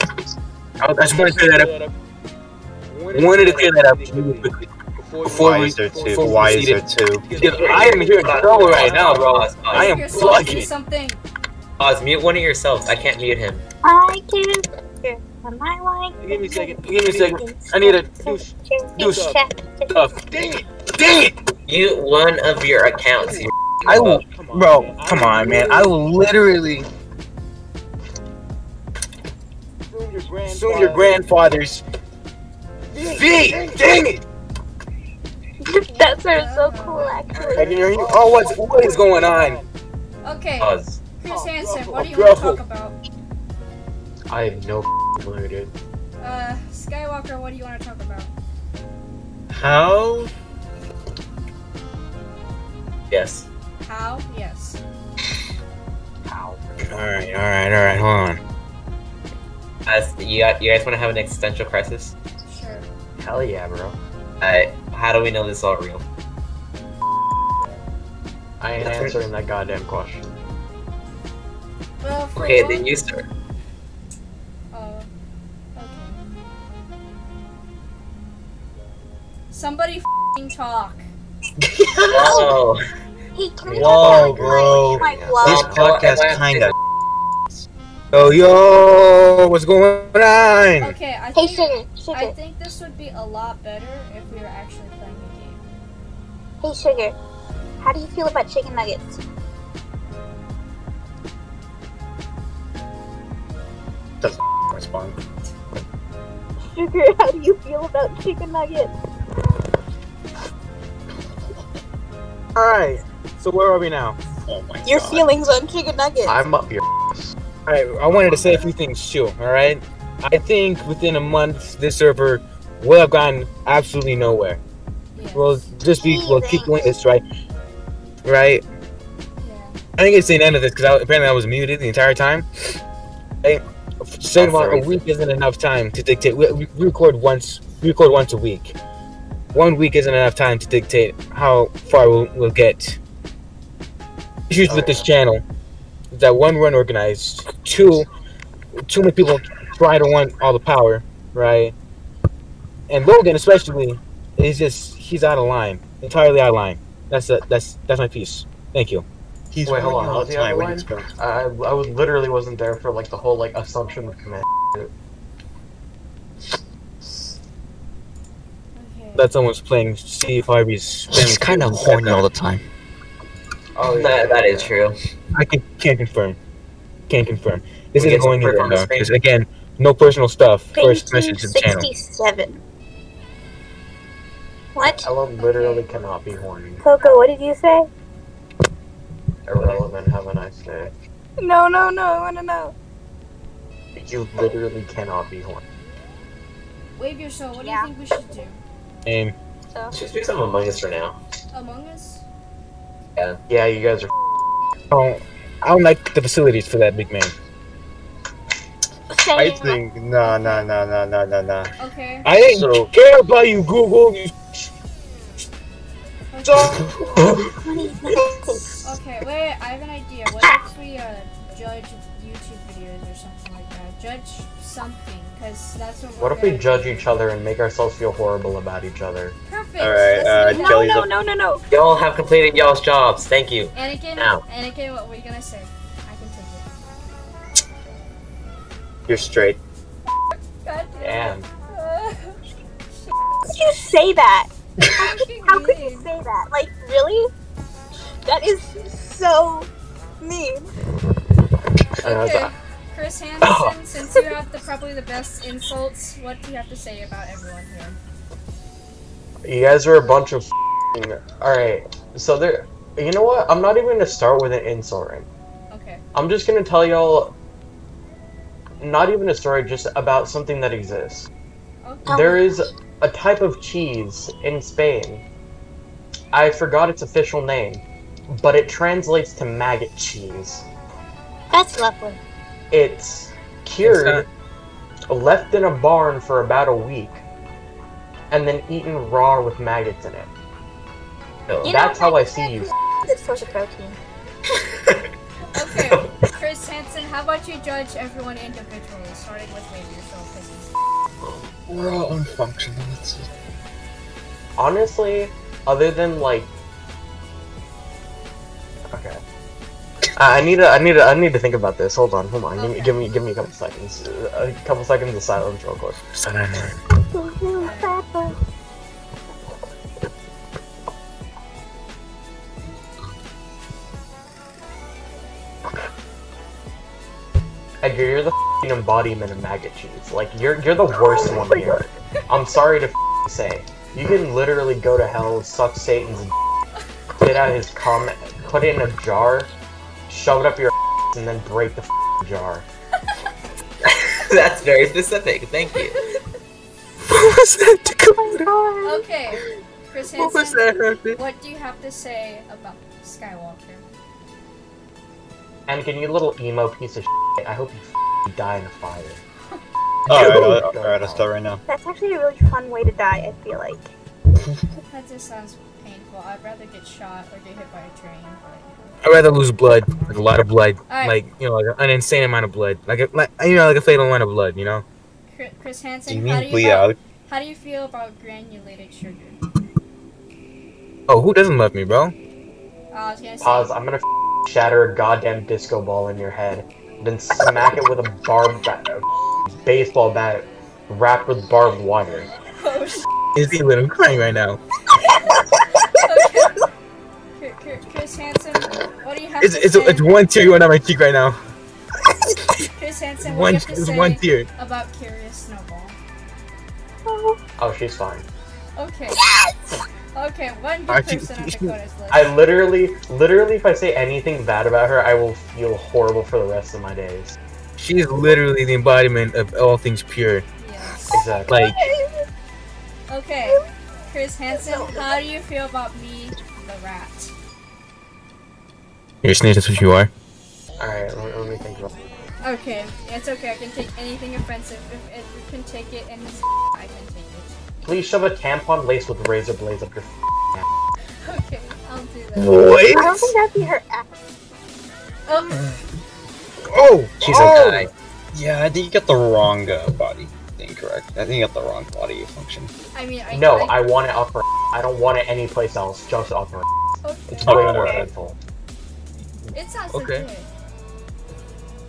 I just want to clear that up. Wanted to clear that up really quickly. Before why we, is there two? before we Why is there proceeded. two? Because I am here so right now, bro. Pause, pause, I am Your soul plugging. is something. pause. Mute one of yourselves. I can't mute him. I can hear when I like. Give me a second. Give me a second. I need a douche. douche. Stuff. Dang it. Dang it. Mute one of your accounts. you- I will, Come bro. Come on, man. I will literally Soon your grandfather. assume your grandfather's feet. Dang it. That's so cool, actually. I can hear you. Oh, what's what is going on? Okay, Pause. Chris Oh, Hansen, bro, what do you bro. want to talk about? I have no f***ing clue, dude. Uh, Skywalker, what do you want to talk about? How? Yes. How? Yes. All right. All right. All right. Hold on. As you, got- you guys want to have an existential crisis? Sure. Hell yeah, bro. Uh, how do we know this is all real? I ain't answering that goddamn question. Well, for Okay, one- then you start. Oh, okay. Somebody f***ing talk. Oh, Hey, can we Whoa, talk about bro. my This love? Well, well, podcast well, kind of. Yo, yo, what's going on? Okay, I Hey, think, sugar, I sugar, think this would be a lot better if we were actually playing a game. hey, sugar. How do you feel about chicken nuggets? Respond. Sugar, how do you feel about chicken nuggets? All right. So where are we now? Oh my Your god. feelings on chicken nuggets. I'm up your All right. I wanted to say a few things too. All right. I think within a month, this server will have gotten absolutely nowhere. Yes. We'll just be we'll keep doing this, right? Right. yeah. I think it's the end of this because I, apparently I was muted the entire time. Hey, saying That's about the a week isn't enough time to dictate. We, we record once. We record once a week. One week isn't enough time to dictate how far we'll, we'll get. Issues Oh, with this channel is that one, we're unorganized. Two, too many people try to want all the power, right? And Logan, especially, is just—he's out of line, entirely out of line. That's a, that's that's my piece. Thank you. He's Wait, hold working on, all how's the the time. other What do one? you expect? I, I was literally wasn't there for like the whole like assumption of command. that someone's playing Steve Harvey's. She's kind of horny all the time. Oh, yeah. That, that is true. I can, can't confirm. Can't confirm. This isn't We get some going proof anywhere. on the though, screen. 'cause Again, no personal stuff. First message to the channel. 1967. What? Ellen literally cannot be horny. Coco, what did you say? Irrelevant. Have a nice day. No, no, no, I wanna know. You literally cannot be horny. Wave your soul. What Yeah. do you think we should do? And So, Just do some Among Us for now. Among Us? Yeah, you guys are. oh, I don't like the facilities for that big man. same. I think nah nah nah nah nah nah nah. Okay. I didn't So- care about you, Google. You Okay. dog. Okay, wait, I have an idea. What if we uh, judge YouTube videos or something like that? Judge something, because that's what we're What if we gonna judge do. each other and make ourselves feel horrible about each other? Perfect. All right, uh, let's do that. Kelly's up. no, no, no. Y'all have completed y'all's jobs. Thank you. Anakin, Ow. Anakin, what were you gonna say? I can take it. You're straight. God damn. And How could you say that? How How could you say that? Like, really? That is so mean. Okay, Chris Hansen, since you have the probably the best insults, what do you have to say about everyone here? you guys are a bunch of. All right, so there. You know what? I'm not even gonna start with an insult right Okay. I'm just gonna tell y'all not even a story, just about something that exists. Okay. Oh. There is a type of cheese in Spain. I forgot its official name, but it translates to maggot cheese. That's lovely. It's cured, left in a barn for about a week, and then eaten raw with maggots in it. Oh, You That's know, how I see you. It's source of protein. Okay, Chris Hansen, how about you judge everyone individually, starting with maybe yourself, because he's We're all unfunctional. That's it. honestly, other than like, okay, I I need to, I need to, I need to think about this. Hold on, hold on. Give me, Okay. give me, give me a couple seconds. Uh, A couple seconds of silence, real quick. Edgar, you're the f***ing embodiment of maggot cheese. Like, you're you're the worst one here. I'm sorry to f***ing say. You can literally go to hell, suck Satan's d- spit out his cum, put it in a jar, shove it up your ass, and then break the f***ing jar. That's very specific. Thank you. What was that, Dakota? Oh, Okay, Chris What was Hansen, that, Herbie? what do you have to say about Skywalker? And can you little emo piece of shit, I hope you f***ing die in a fire. All right, all right, all right. I'll start right now. That's actually a really fun way to die, I feel like. That just sounds painful. I'd rather get shot or get hit by a train. But... I'd rather lose blood, like a lot of blood, Alright. like you know, like an insane amount of blood, like a, like you know, like a fatal amount of blood, you know. Chri- Chris Hansen, Do you how, mean do bleed you about, out? how do you feel about granulated sugar? Oh, who doesn't love me, bro? Uh, I was gonna say, Pause. I'm gonna f- shatter a goddamn disco ball in your head, then smack it with a barbed bat, a f- baseball bat wrapped with barbed wire. oh sh- Is he little crying right now? okay. Chri- Chri- Chris Hansen, what do you have It's to it's, say? it's one tear going down my cheek right now. Chris Hansen, One what do you have to it's say one tear. about Curious Snowball? Oh, she's fine. Okay. Okay, one good Are you- person on Dakota's list. I literally, literally, if I say anything bad about her, I will feel horrible for the rest of my days. She is literally the embodiment of all things pure. Yes. Exactly. Like Okay, Chris Hansen, how do you feel about me, the rat? you're a snitch. That's what you are. All right, let, let me think about. Okay, it's okay. I can take anything offensive. If, if you can take it and it's I can take it. Please shove a tampon laced with razor blades up your. F- Okay, I'll do that. Boy. I don't think that'd be her act. Oh, Oh, She's oh. a guy. Yeah, I think you got the wrong uh, body thing correct. I think you got the wrong body function. I mean, I no, I, I want it up her. I don't want it anyplace else. Just up her. okay. It's way Okay. more painful. It sounds Okay. legit.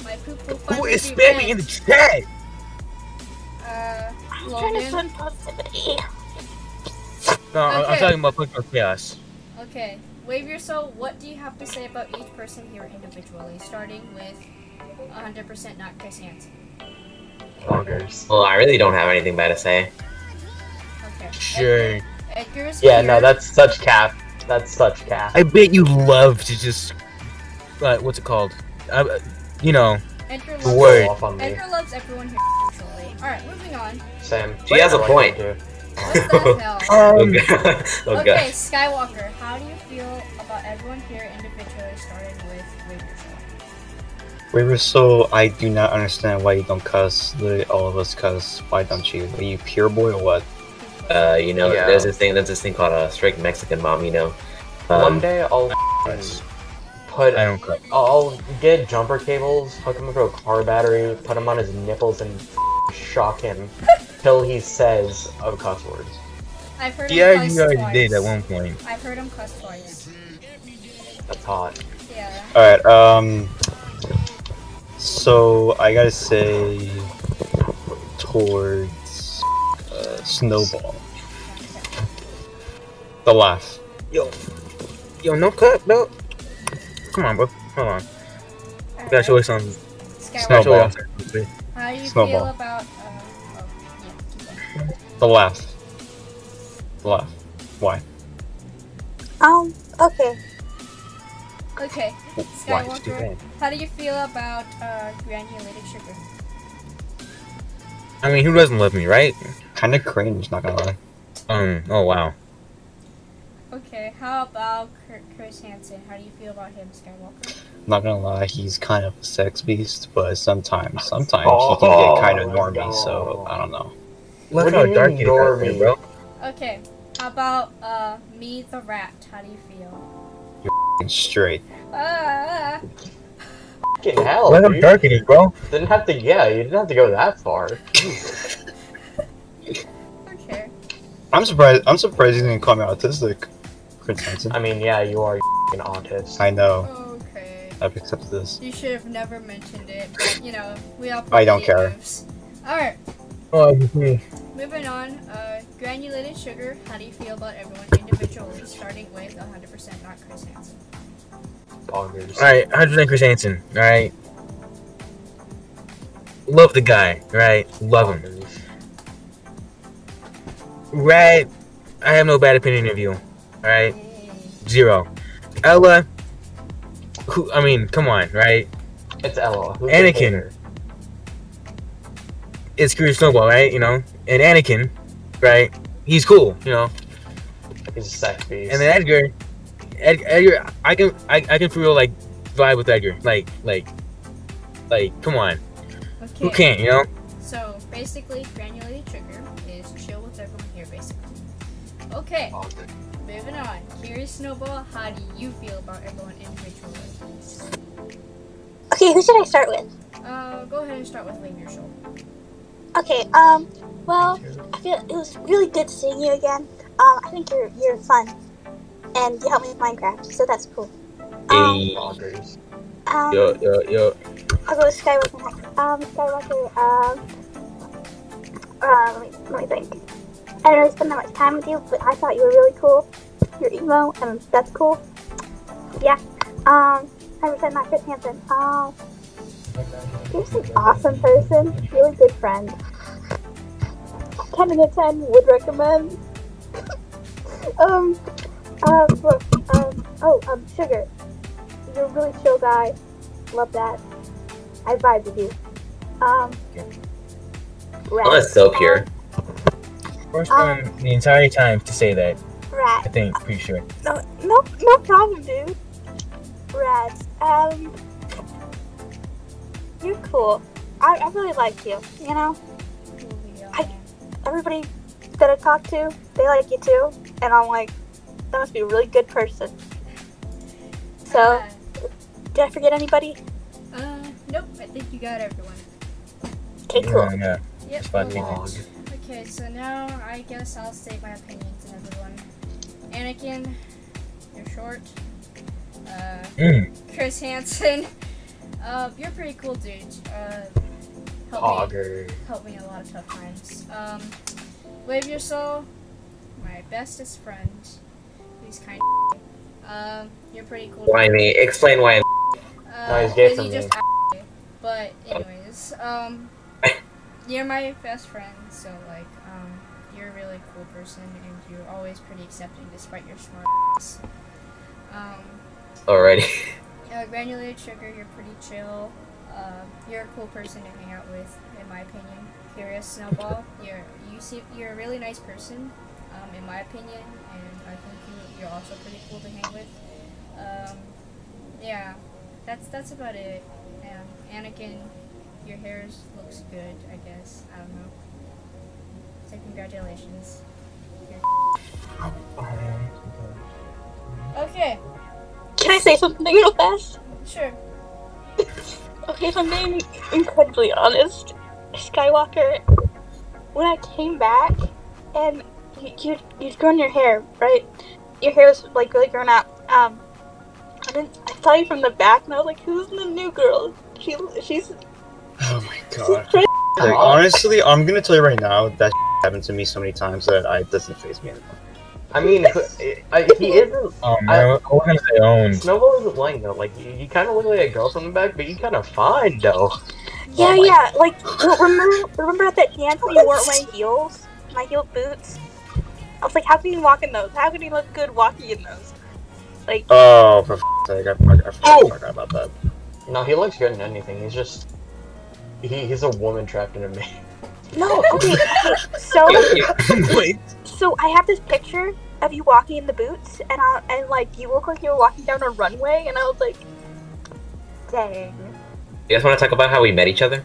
My poop will Who finally is be spamming in the red. chat? Uh, I'm trying to Logan, swim positivity. No, I'm- I'm Okay. talking about Pokemon Chaos. Okay, wave your soul. What do you have to say about each person here individually, starting with 100% not Chris Hansen? Bonkers. Well, I really don't have anything bad to say. Okay. Sure. Edgar's Yeah, weird. no, that's such cap. That's such cap. I bet you love to just, uh, what's it called? Uh, you know, Edgar loves, Go word. off on me, Edgar loves everyone here. individually. All right, moving on. Sam. She has a Like, point. dude. What the hell? Um, Oh, God. oh okay, gosh. Skywalker, how do you feel about everyone here individually, starting with Wave Your Soul? River Soul, I do not understand why you don't cuss. Literally, all of us cuss. Why don't you? Are you pure boy or what? Uh, you know, Yeah. there's this thing. There's this thing called a strict Mexican mom. You know. One Um, day I'll put. I don't. I'll get jumper cables, hook him up to a car battery, put him on his nipples, and shock him till he says a cuss word. I've heard him Yeah, cuss you already twice. did at one point. I've heard him cuss twice. That's hot. Yeah. All right. Um. So I gotta say, towards uh, Snowball, the laugh. Yo, no cut, no. Come on, bro. Hold on. Alright. Got your voice on. Got Skywalker, your Snowball. voice on. how do you feel Snowball. about? Uh, oh, yeah, keep going. The laugh. The laugh. Why? Um, okay. Okay, Why? It's too Skywalker, bad. how do you feel about uh, granulated sugar? I mean, who doesn't love me, right? Kind of cringe. Not gonna lie. Um. Oh wow. Okay, how about Cr- Chris Hansen? How do you feel about him, Skywalker? Not gonna lie. He's kind of a sex beast, but sometimes, sometimes he Oh, can get kind of normie. no. So I don't know. What Look do how you mean dark it is out there, normie? bro. Okay, how about uh, me the rat? How do you feel? Straight. Ah. Fucking hell, Look how Oh, dude. dark it is, bro. Didn't have to. Yeah, you didn't have to go that far. Okay. I'm surprised. I'm surprised you didn't call me autistic, Chris Hansen. I mean, yeah, you are an autist. I know. Okay. I've accepted this. You should have never mentioned it, but you know, we all. I don't care. Alright, Oh, it's me. moving on. Uh, granulated sugar, how do you feel about everyone individually, starting with 100% not Chris Hansen? Bonkers. All right, 100% Chris Hansen. All right. Love the guy, right? Love him, Bonkers. right? I have no bad opinion of you, all right? Zero. Ella, who? I mean, come on, right? It's Ella. Who's Anakin. the hater? It's Career Snowball, right? You know, and Anakin, right? He's cool, you know. He's a sex beast. And then Edgar, Ed, Edgar, I can I, I can feel like vibe with Edgar, like like like come on, Okay. who can't you know? So, basically, granulated sugar is chill with everyone here, basically. Okay, Bonkers. moving on. Curious Snowball, how do you feel about everyone individually? Okay, who should I start with? Uh, go ahead and start with Wayne Your Show. Okay, um, well, I feel it was really good seeing you again. Um, I think you're you're fun, and you helped me with Minecraft, so that's cool. Um, Oh. Hey, Bonkers. um yo, yo, yo. I'll go with Skywalker. next. Um, Skywalker. Um, uh, let me let me think. I don't really spend that much time with you, but I thought you were really cool. You're emo, and that's cool. Yeah. Um, hundred percent not Chris Hansen. Um, you're just an awesome person. Really good friend. Ten out of ten. Would recommend. um, uh, look, um, oh, um, sugar. You're a really chill guy. Love that. I vibe with you. Um, rat. That was so pure. First Um, one the entire time to say that. I Rat. think pretty sure. No, no, no problem, dude. Rat. Um, you're cool. I, I really like you. You know, I- everybody that I talk to, they like you too, and I'm like, that must be a really good person. So, did I forget anybody? Uh, nope, I think you got everyone. Okay, cool. Yeah, yeah. Yep. Spot moving on. Log. Okay, so now I guess I'll state my opinions on everyone. Anakin, you're short. Uh, Mm. Chris Hansen, uh, you're a pretty cool dude. Uh, help me, Bonkers. help me a lot of tough times. Um, Wave Your Soul, my bestest friend. He's kind of. Um, you're pretty cool. Why me? Explain why. I'm- Uh, No, he's gay busy for me. just a- But anyways, um, you're my best friend, so like, um, you're a really cool person, and you're always pretty accepting despite your smart. ass. Um, Alrighty. uh, granulated sugar, you're pretty chill. Uh, you're a cool person to hang out with, in my opinion. Curious Snowball, you're you see, you're a really nice person, um, in my opinion, and I think you, you're also pretty cool to hang with. Um, yeah, that's that's about it. Um, Anakin, your hair is- looks good, I guess. I don't know. So congratulations. Okay, Can I say something real fast? sure. Okay, if I'm being incredibly honest, Skywalker, when I came back and you, you'd, you'd grown your hair, right? Your hair was like really grown out. Um, and then I saw you from the back and I was like, who's the new girl? She, she's. Oh my god. she's Like, honestly, I'm gonna tell you right now that happened to me so many times that I, it doesn't phase me anymore. I mean, I, he isn't. Oh man, I, was gonna say owned. Snowball isn't lying though. Like you, you kind of look like a girl from the back, but you kind of fine though. Yeah, Oh my- yeah. Like, well, remember, remember at that dance when you wore my heels, my heel boots? I was like, how can you walk in those? How can you look good walking in those? Like, Oh, for f- sake, I, I, I forgot Oh! forgot about that. No, he looks good in anything. He's just he, he's a woman trapped in a man. no, okay. so, Wait. so I have this picture of you walking in the boots, and I, and like you look like you were walking down a runway, and I was like, dang. You guys want to talk about how we met each other?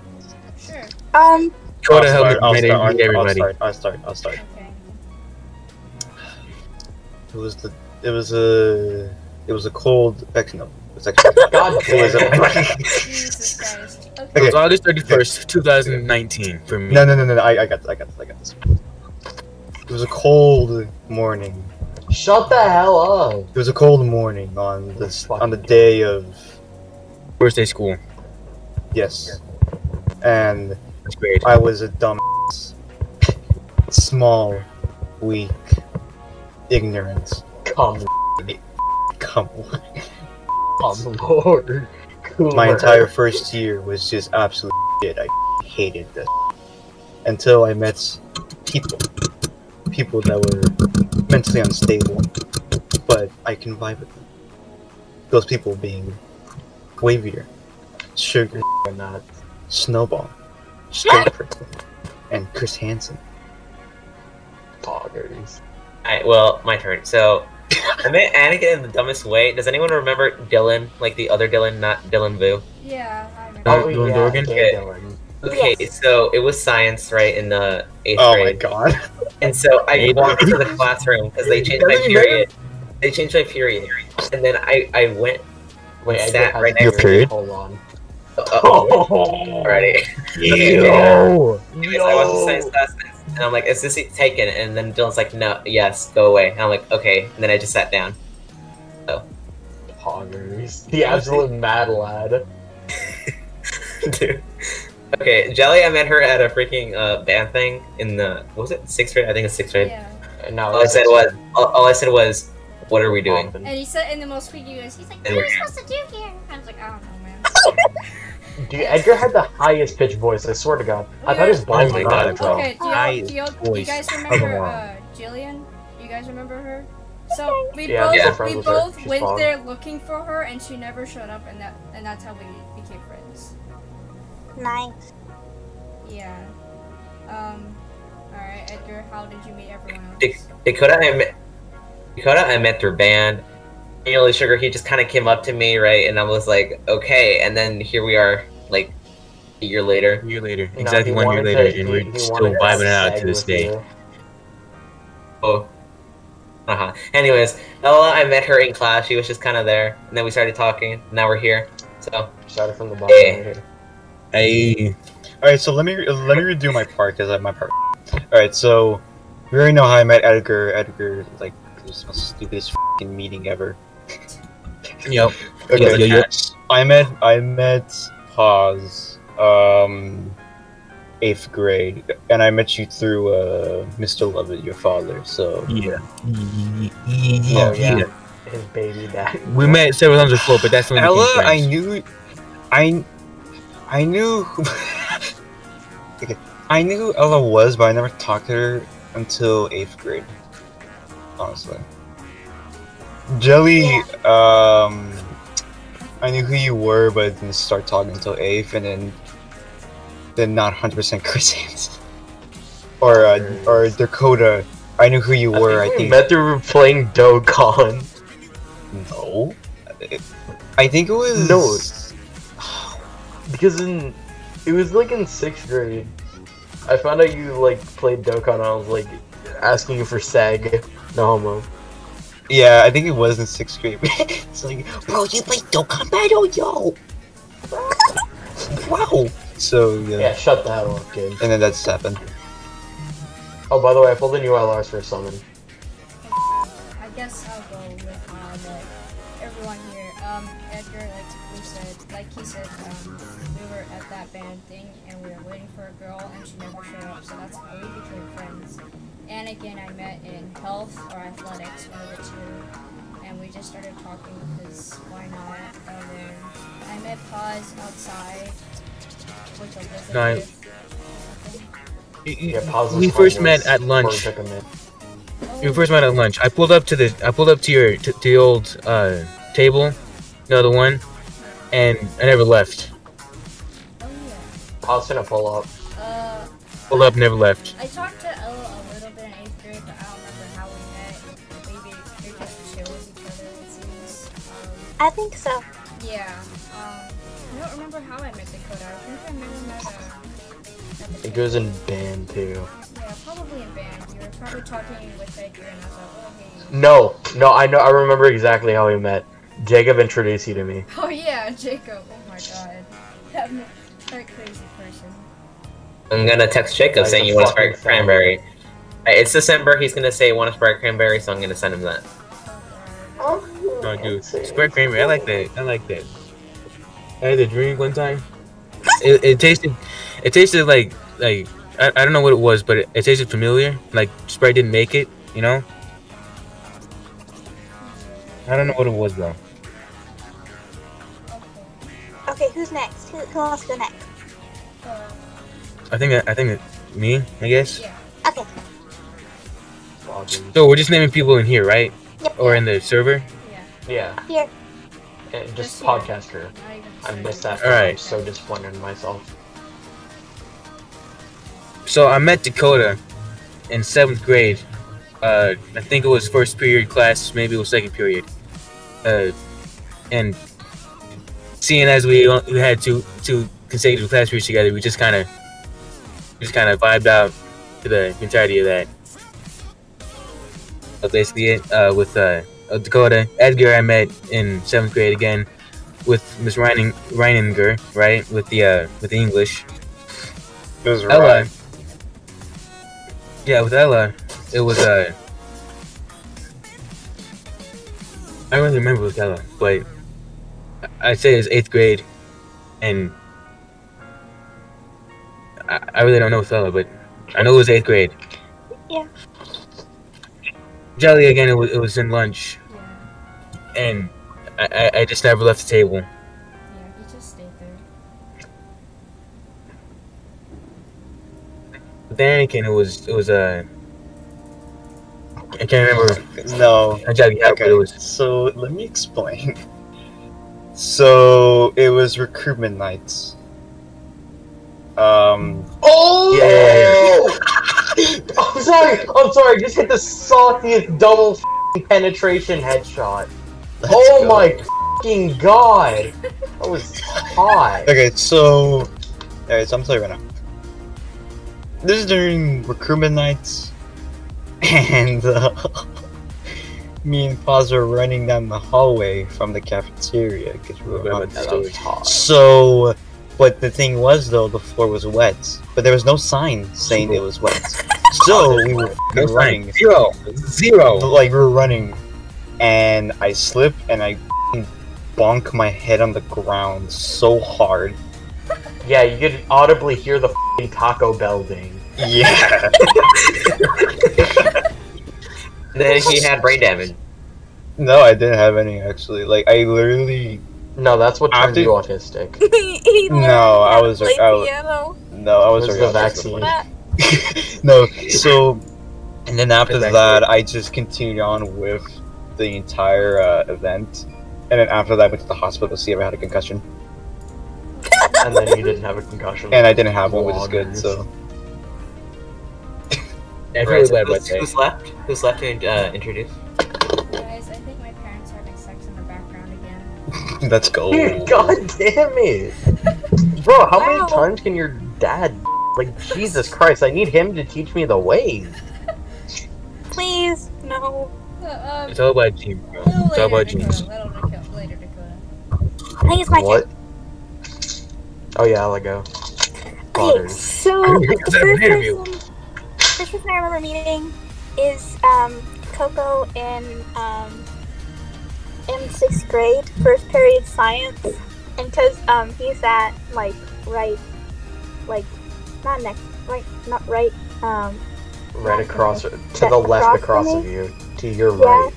Sure. Um, I'll Go to hell start, with I'll my name, start, I'll- I'll everybody. start, I'll start, I'll start. Okay. It was the, it was a, it was a cold, actually no, it was actually God it was damn it. a, Jesus Christ. It Okay. was August 31st, 2019 for me. no, no, no, no, no, I, I got this, I got this, I got this. It was a cold morning. Shut the hell up. It was a cold morning on the, Fuck. on the day of, First day of school. yes. And That's great. I was a dumb small, weak, ignorant. Come, Come come, Lord. Cooler. My entire first year was just absolute shit. I hated this until I met people, people that were mentally unstable, but I can vibe with them. Those people being wavier, sugar, Or not. snowball, straight person, and Chris Hansen. Poggers. Alright, well, my turn. So, I met Anakin in the dumbest way. Does anyone remember Dylan? Like the other Dylan, not Dylan Vu? Yeah, I remember. Oh, Dylan Dorgan? Jay Dylan. Okay, so it was science, right, in the eighth Oh my grade. god. And so I Eighth walked into the classroom because they changed my Doesn't he matter? period. They changed my period. And then I, I went. Wait, I Sat did have right a next to period. you. Hold on. Uh-oh. Alrighty. Yo. Anyways, I watched the science class next, and I'm like, is this seat taken? And then Dylan's like, no, yes, go away. And I'm like, okay. And then I just sat down. Poggers. The absolute mad lad. Dude. Okay, Jelly, I met her at a freaking uh, band thing in the, what was it, sixth grade? I think it's sixth grade. Yeah. And now All I said was, all, all I said was, what are we doing? And he said in the most freaky voice, he's like, What And are we we- supposed to do here? I was like, I don't know, man. Dude, Edgar had the highest pitched voice. I swear to God. I thought his Oh volume my was out of God. control. Okay, do I- you, do you, do you voice guys of remember alarm. uh, Jillian? Do you guys remember her? So we Yeah, both I'm still friends we with her. both She's went fine. there looking for her and she never showed up and that and that's how we became friends. nice. Yeah. Um alright, Edgar, how did you meet everyone else? Dick- Dakota, I met Dakota, I met through band. Nearly Sugar, he just kind of came up to me, right? And I was like, okay. And then here we are, like a year later. One year later. No, Exactly he one year wanted later, to- and he- we're he still wanted vibing it out sag to this with day. you. Oh. Uh huh. Anyways, Ella, I met her in class. She was just kind of there, and then we started talking. Now we're here. So Started from the bottom. Yeah. right here. Hey. All right, so let me let me redo my part because I my part. All right, so we already know how I met Edgar. Edgar like it was the stupidest fing meeting ever. Yep. Okay, Yo, yo, yo. I met I met Pause. Um, eighth grade, and I met you through uh, Mr. Lovett, your father. So Yeah. Oh, yeah. Yeah. yeah. His baby dad. We met several times before, but that's when we Ella, became I friends. knew, I, I knew, who, Okay, I knew who Ella was, but I never talked to her until eighth grade. Honestly, Jelly, um, I knew who you were, but I didn't start talking until eighth, and then, then not hundred percent Chris or uh, or Dakota. I knew who you were. I we think met through playing Dokkan. no, It- I think it was No. Because in it was like in sixth grade, I found out you like played Dokkan. And I was like asking you for SAG, no homo. Yeah, I think it was in sixth grade. it's like, Bro, you play Dokkan Battle, yo! wow. So yeah. Yeah, shut the hell up, kid. and then that's happened. Oh, by the way, I pulled a new LRs for a summon. I guess I'll go with um, like, everyone here. Um, Edgar, like we said, like he said, um, we were at that band thing and we were waiting for a girl and she never showed up, so that's how we became friends. Anakin, I met in health or athletics, one of the two, and we just started talking because why not? And then I met Paz outside, which I was Nice. Yeah, pause we this first call met was at lunch. for a minute. Oh, We first met at lunch. I pulled up to the I pulled up to your to the old uh, table, the other one, and I never left. Oh yeah. Pause and a pull up. Uh. Pulled up, never left. I talked to Ella a little bit in eighth grade, but I don't remember how we met. Maybe we just chill with each other. It seems. Um, I think so. yeah. Um, I don't remember how I met Dakota. I think I met him at a. At the It goes in band too. yeah, probably in band. You were probably talking with Edgar, and I was like, oh hey. No, no, I know, I remember exactly how we met. Jacob introduced you to me. Oh yeah, Jacob. Oh my god. That, ma- that crazy person. I'm gonna text Jacob Like saying the you want a fucking Sprite Cranberry. Uh, It's December. He's gonna say want a Sprite Cranberry, so I'm gonna send him that. Oh, God. Oh. No, dude. Square creamery. I like that. I like that. I had a drink one time. It, it tasted, it tasted like like I, I don't know what it was, but it, it tasted familiar. Like Sprite didn't make it, you know. I don't know what it was though. Okay. Okay, who's next? Who, who wants to go next? Uh, I think I think it, me, I guess. yeah. Okay. Fucking- So we're just naming people in here, right? Yep. Or in the server. Yeah. Yeah. Here. And just Just here. podcaster. Not even. I missed that. All right. I'm so disappointed in myself. So I met Dakota in seventh grade. Uh, I think it was first period class, maybe it was second period. Uh, and seeing as we, on- we had two two consecutive class periods together, we just kind of just kind of vibed out to the entirety of that. That's basically it. Uh, with uh, uh, Dakota, Edgar, I met in seventh grade again with Miss Reining, Reininger, right? With the uh, with the English. It was Ella. right. Yeah, with Ella, it was uh I don't really remember with Ella, but I- I'd say it was eighth grade, and I, I really don't know with Ella, but I know it was eighth grade. Yeah. Jelly again. It was, it was in lunch, Yeah. and I, I, I just never left the table. Yeah. You just stayed there. With Anakin, it was it was uh I can't remember No. exactly how, but it was So let me explain. So it was recruitment nights. Um, Oh! Yeah, I'm sorry. I'm sorry. I just hit the saltiest double f***ing penetration headshot. let's oh go. my fucking god! That was hot. Okay, so alright, so I'm telling you right now. This is during recruitment nights, and uh, me and Paz were running down the hallway from the cafeteria because we were about on that That story. was hot. So, but the thing was though, the floor was wet, but there was no sign saying it was wet. So we were No f***ing running, sign. Zero. Zero. like we were running, and I slip and I f***ing bonk my head on the ground so hard Yeah, you could audibly hear the fing Taco Bell ding. Yeah. Then he had brain damage. no, I didn't have any actually. Like I literally No, that's what turned After- you autistic. he, he No, literally I was- played I was- piano. no, I was Where's already the autistic. vaccine? no, so and then after Exactly. that, I just continued on with the entire uh, event, and then after that, I went to the hospital to see if I had a concussion, and then you didn't have a concussion. and I didn't have one, which is good. Loggers. So I'm really glad about who's, that. who's left? Who's left to uh, introduce? Guys, I think my parents are having sex in the background again. let's go. Dude, god damn it. Bro, how Wow. many times can your dad like Jesus Christ, I need him to teach me the ways. Please, no. Uh, um, It's all about you, bro. little It's all later, about Dakota. jeans. Little Dakota. Later, Dakota. I think it's my what? Oh yeah, I'll go. turn. Father. Okay, so I the think first it's a video. person, first person I remember meeting is um, Coco in um, in sixth grade, first period science, and because um, he's at like right, like not next, right, not right. Um, Right across to Right the left across across from of you. To your Yeah. right.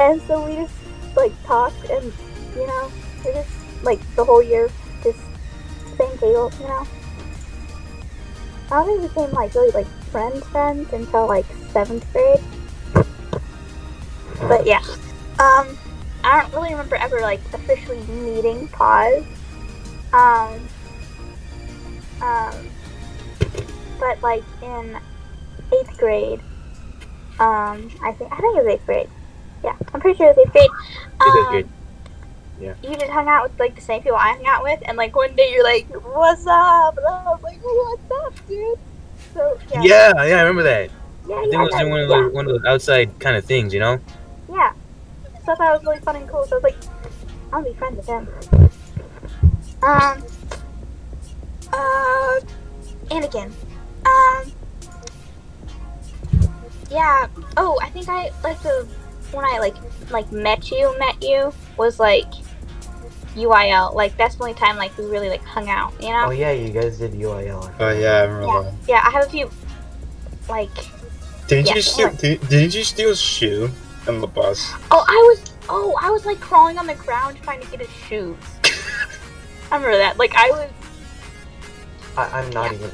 and so we just like talked, and you know, we just like the whole year, just same table, you know. I don't think we became like really like friends friends until like seventh grade. But yeah, um, I don't really remember ever like officially meeting Paws. Um, um, but like in eighth grade, um, I think I think it was eighth grade. Yeah, I'm pretty sure it was eighth grade. It is Um, good. Yeah. You just hung out with like the same people I hung out with, and like one day you're like, "What's up?" And I was like, "What's up, dude?" So yeah, Yeah, yeah, I remember that. yeah, I yeah, think it was yeah, doing one of yeah. those, one of those outside kind of things, you know? Yeah. So I thought it was really fun and cool. So I was like, I'll be friends with him. Um. Uh. Anakin. Um. Yeah. Oh, I think I like the when I like like met you met you was like UIL. Like that's the only time like we really like hung out. You know. Oh yeah, you guys did UIL. Oh yeah, I remember. yeah. Yeah. I have a few. Like. Didn't Yeah. you steal? Did, didn't you steal his shoe on the bus? Oh, I was. Oh, I was like crawling on the ground trying to get his shoes. I remember that. Like I was. I, I'm not even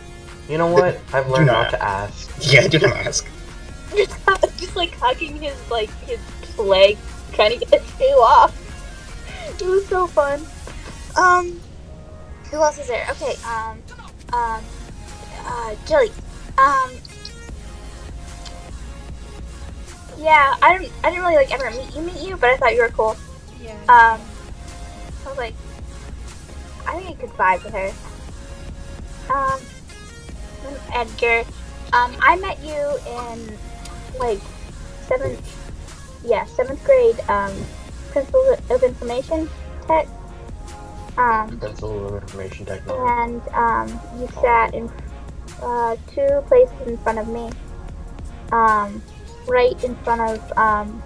you know what? I've learned not. not to ask. Yeah, do not ask. just, just like hugging his like his leg, trying to get the shoe off. It was so fun. Um, who else is there? Okay, um, um, uh, Jilly. Um, yeah, I didn't, I didn't really like ever meet you, meet you, but I thought you were cool. Yeah. Um, I was like, I think I could vibe with her. Um, and Edgar, um, I met you in like seventh, yeah, seventh grade, um, principles of information tech. Um, That's a little information technology. and um, you sat in uh, two places in front of me, um, right in front of um,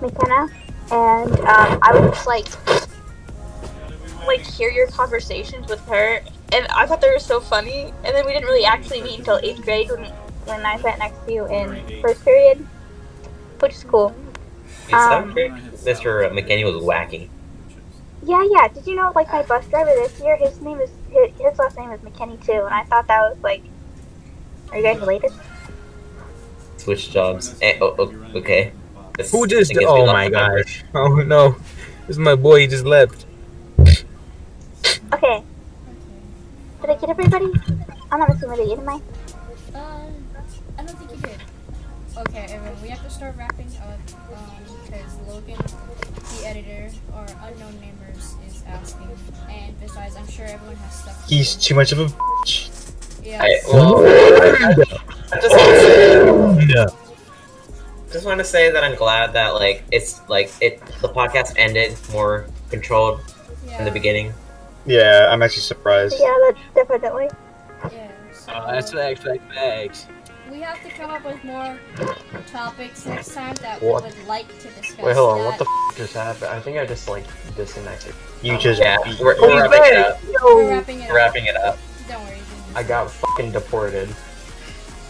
McKenna, and um, I would just like like hear your conversations with her, and I thought they were so funny. And then we didn't really actually meet until eighth grade when when I sat next to you in first period, which is cool. In Um, seventh grade, Mr. McKinney was wacky. Yeah, yeah. Did you know, like, my bus driver this year, his name is his, his last name is McKinney too, and I thought that was like, are you guys related? Switch jobs. Eh, oh, oh, okay. This- Who just? I guess we Oh lost my the member. gosh! Oh no, this is my boy. He just left. Okay. Did I get everybody? I'm not assuming I did, am I? Uh, I don't think you did. Okay, everyone, we have to start wrapping up because Logan, the editor, or unknown members, is asking. And besides, I'm sure everyone has stuff. to He's do. too much of a bitch. Yeah. I, well, Oh. I just want to say, Yeah. just want to say that I'm glad that like it's like it the podcast ended more controlled yeah. in the beginning. Yeah, I'm actually surprised. Yeah, that's definitely. Yeah. So Oh, that's facts, facts, facts. we have to come up with more topics next time that What? we would like to discuss. Wait, hold on, what that- the f just happened? I think I just like disconnected. You just Yeah, beat we're, Holy we're wrapping it man. up. We're wrapping it We're up. wrapping it up. Don't worry. Jason. I got fucking deported.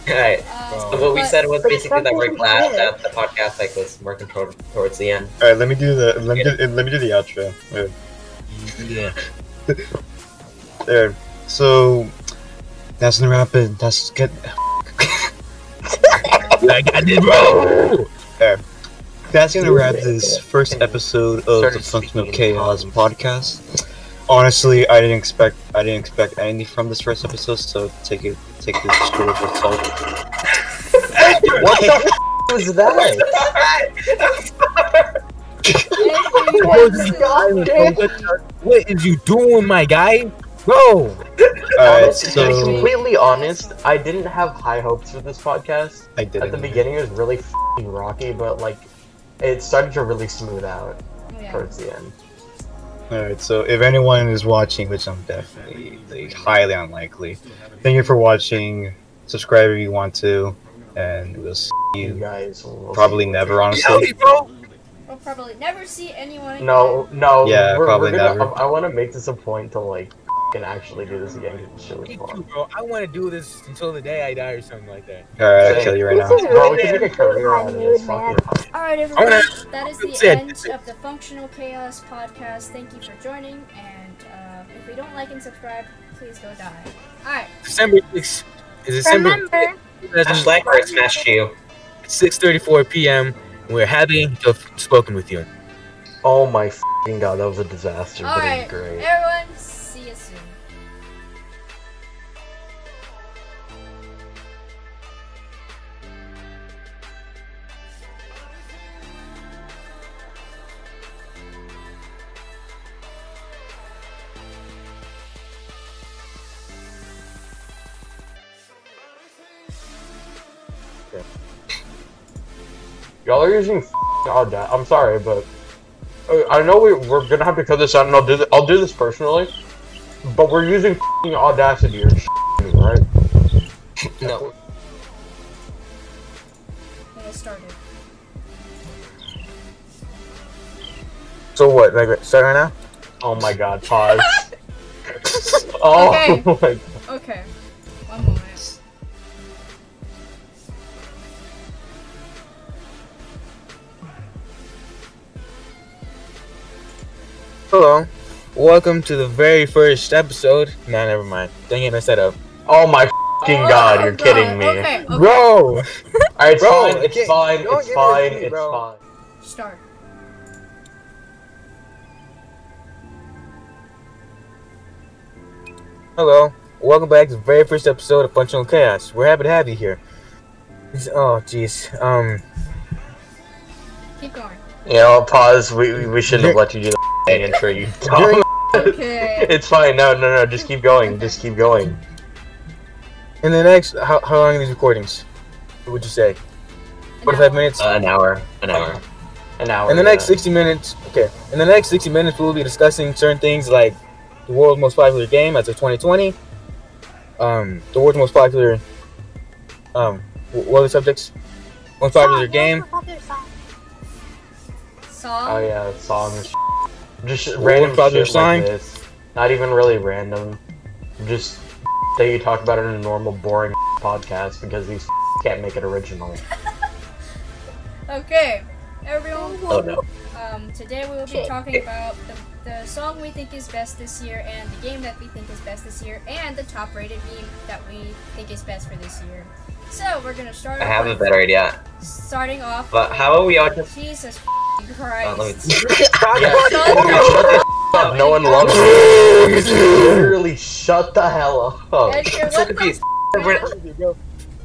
Alright. Uh, Bro. So what we But- said was but basically that we're something glad good. that the podcast like was more controlled towards the end. All right, let me do the let me do, let me do the outro. Wait. Yeah. There. So that's gonna wrap it. That's good. I got it, bro. That's gonna wrap this first episode of the Function of Chaos podcast. Honestly, I didn't expect I didn't expect anything from this first episode, so take it take this score with a salt. What the f- is that? anything else? What is you doing, my guy? Bro, All right, Honestly, to be so completely honest, I didn't have high hopes for this podcast. I did At the it. beginning, it was really f***ing rocky, but like, it started to really smooth out Yeah. towards the end. All right, so if anyone is watching, which I'm definitely like, highly unlikely, thank you for watching. Subscribe if you want to, and we'll see You you guys will probably see. never, honestly. We'll probably never see anyone again. No, no. Yeah, probably gonna, never. I, want to make this a point to like f***ing actually do this again. 'cause It's really me fun. too, bro. I want to do this until the day I die or something like that. All right, I'll kill you right now. Bro, we can make a career out of this. Fuck it. Alright, everyone. Alright. That is That's the it. end of the Functional Chaos podcast. Thank you for joining. And uh, if we don't like and subscribe, please go die. Alright. December 6th is December Remember, Ash Blackbird smashed you. 6:34 p.m. We're happy to have spoken with you. Oh my f***ing god, that was a disaster, but it Alright. was great. Everyone, see you soon. Y'all are using f***ing Auda- I'm sorry, but uh, I know we, we're gonna have to cut this out, and I'll do th- I'll do this personally. But we're using f***ing Audacity or s***, right? No. When it started. So what? Like start right now? Oh my god, pause. oh Okay. my god. Okay. One moment. Hello. Welcome to the very first episode. Nah, never mind. Dang it, I set up. Oh my f***ing god, Oh, you're kidding me. Okay, okay. Bro, Alright, it's Bro, fine, I it's can't- fine, don't it's interrupt fine, me, it's bro. fine. Start. hello. Welcome back to the very first episode of Functional Chaos. We're happy to have you here. It's- oh, jeez. Um, Keep going. You know, pause, we, we- we shouldn't have let you do the f***ing intro, you dumb. Okay. It's fine, no, no, no, just keep going, just keep going. in the next, how, how long are these recordings? What would you say? Forty-five Now- minutes. Uh, an hour. An hour. An hour. In the yeah. next 60 minutes, okay. In the next 60 minutes, we'll be discussing certain things like the world's most popular game as of 2020, um, the world's most popular, um, wh- what are the subjects? Most popular song, game. what's the popular song? Song. Oh yeah, songs. Just What random about your shit sign? like this. Not even really random. Just that you talk about it in a normal, boring podcast because these can't make it original. Okay. Everyone. Oh no. Um, today we will be talking about the, the song we think is best this year and the game that we think is best this year and the top rated meme that we think is best for this year. So we're gonna start I off have a with better idea. starting off But with- how about we all just Jesus Uh, let me- Christ. Yeah, shut the up. No one loves you. Literally, shut the hell up. Edgar, Oh, So what confused. the We're,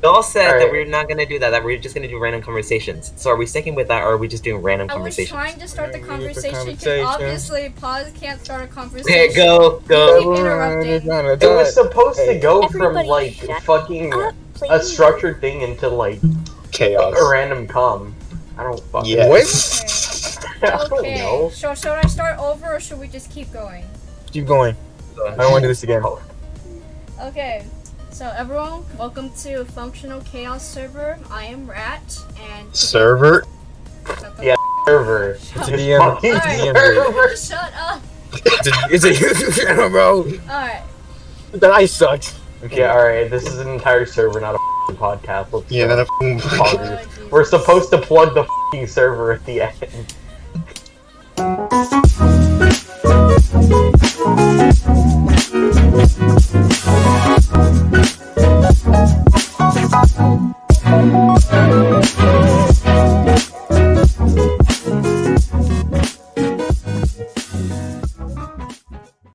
we all said that Alright. we're not gonna do that. That we're just gonna do random conversations. So are we sticking with that, or are we just doing random I was conversations? trying to start the Ready for conversation because conversation. obviously pause can't start a conversation. Okay, go, go. keep interrupting. It was supposed to go from Everybody like shut fucking Up, a please. structured thing into like Chaos. a random cum. I don't fucking. Yes. I don't Okay. know. okay. So should I start over or should we just keep going? Keep going. I don't want to do this again. Okay, so everyone, welcome to Functional Chaos Server. I am Rat, and Server. Shut the Yeah. Server. Shut To the end. Fucking Alright. server. Shut up. it's a YouTube channel, bro. Alright. That ice sucks. Okay, alright, this is an entire server, not a f***ing podcast. Let's Yeah, go. not a f***ing We're supposed to plug the f***ing server at the end.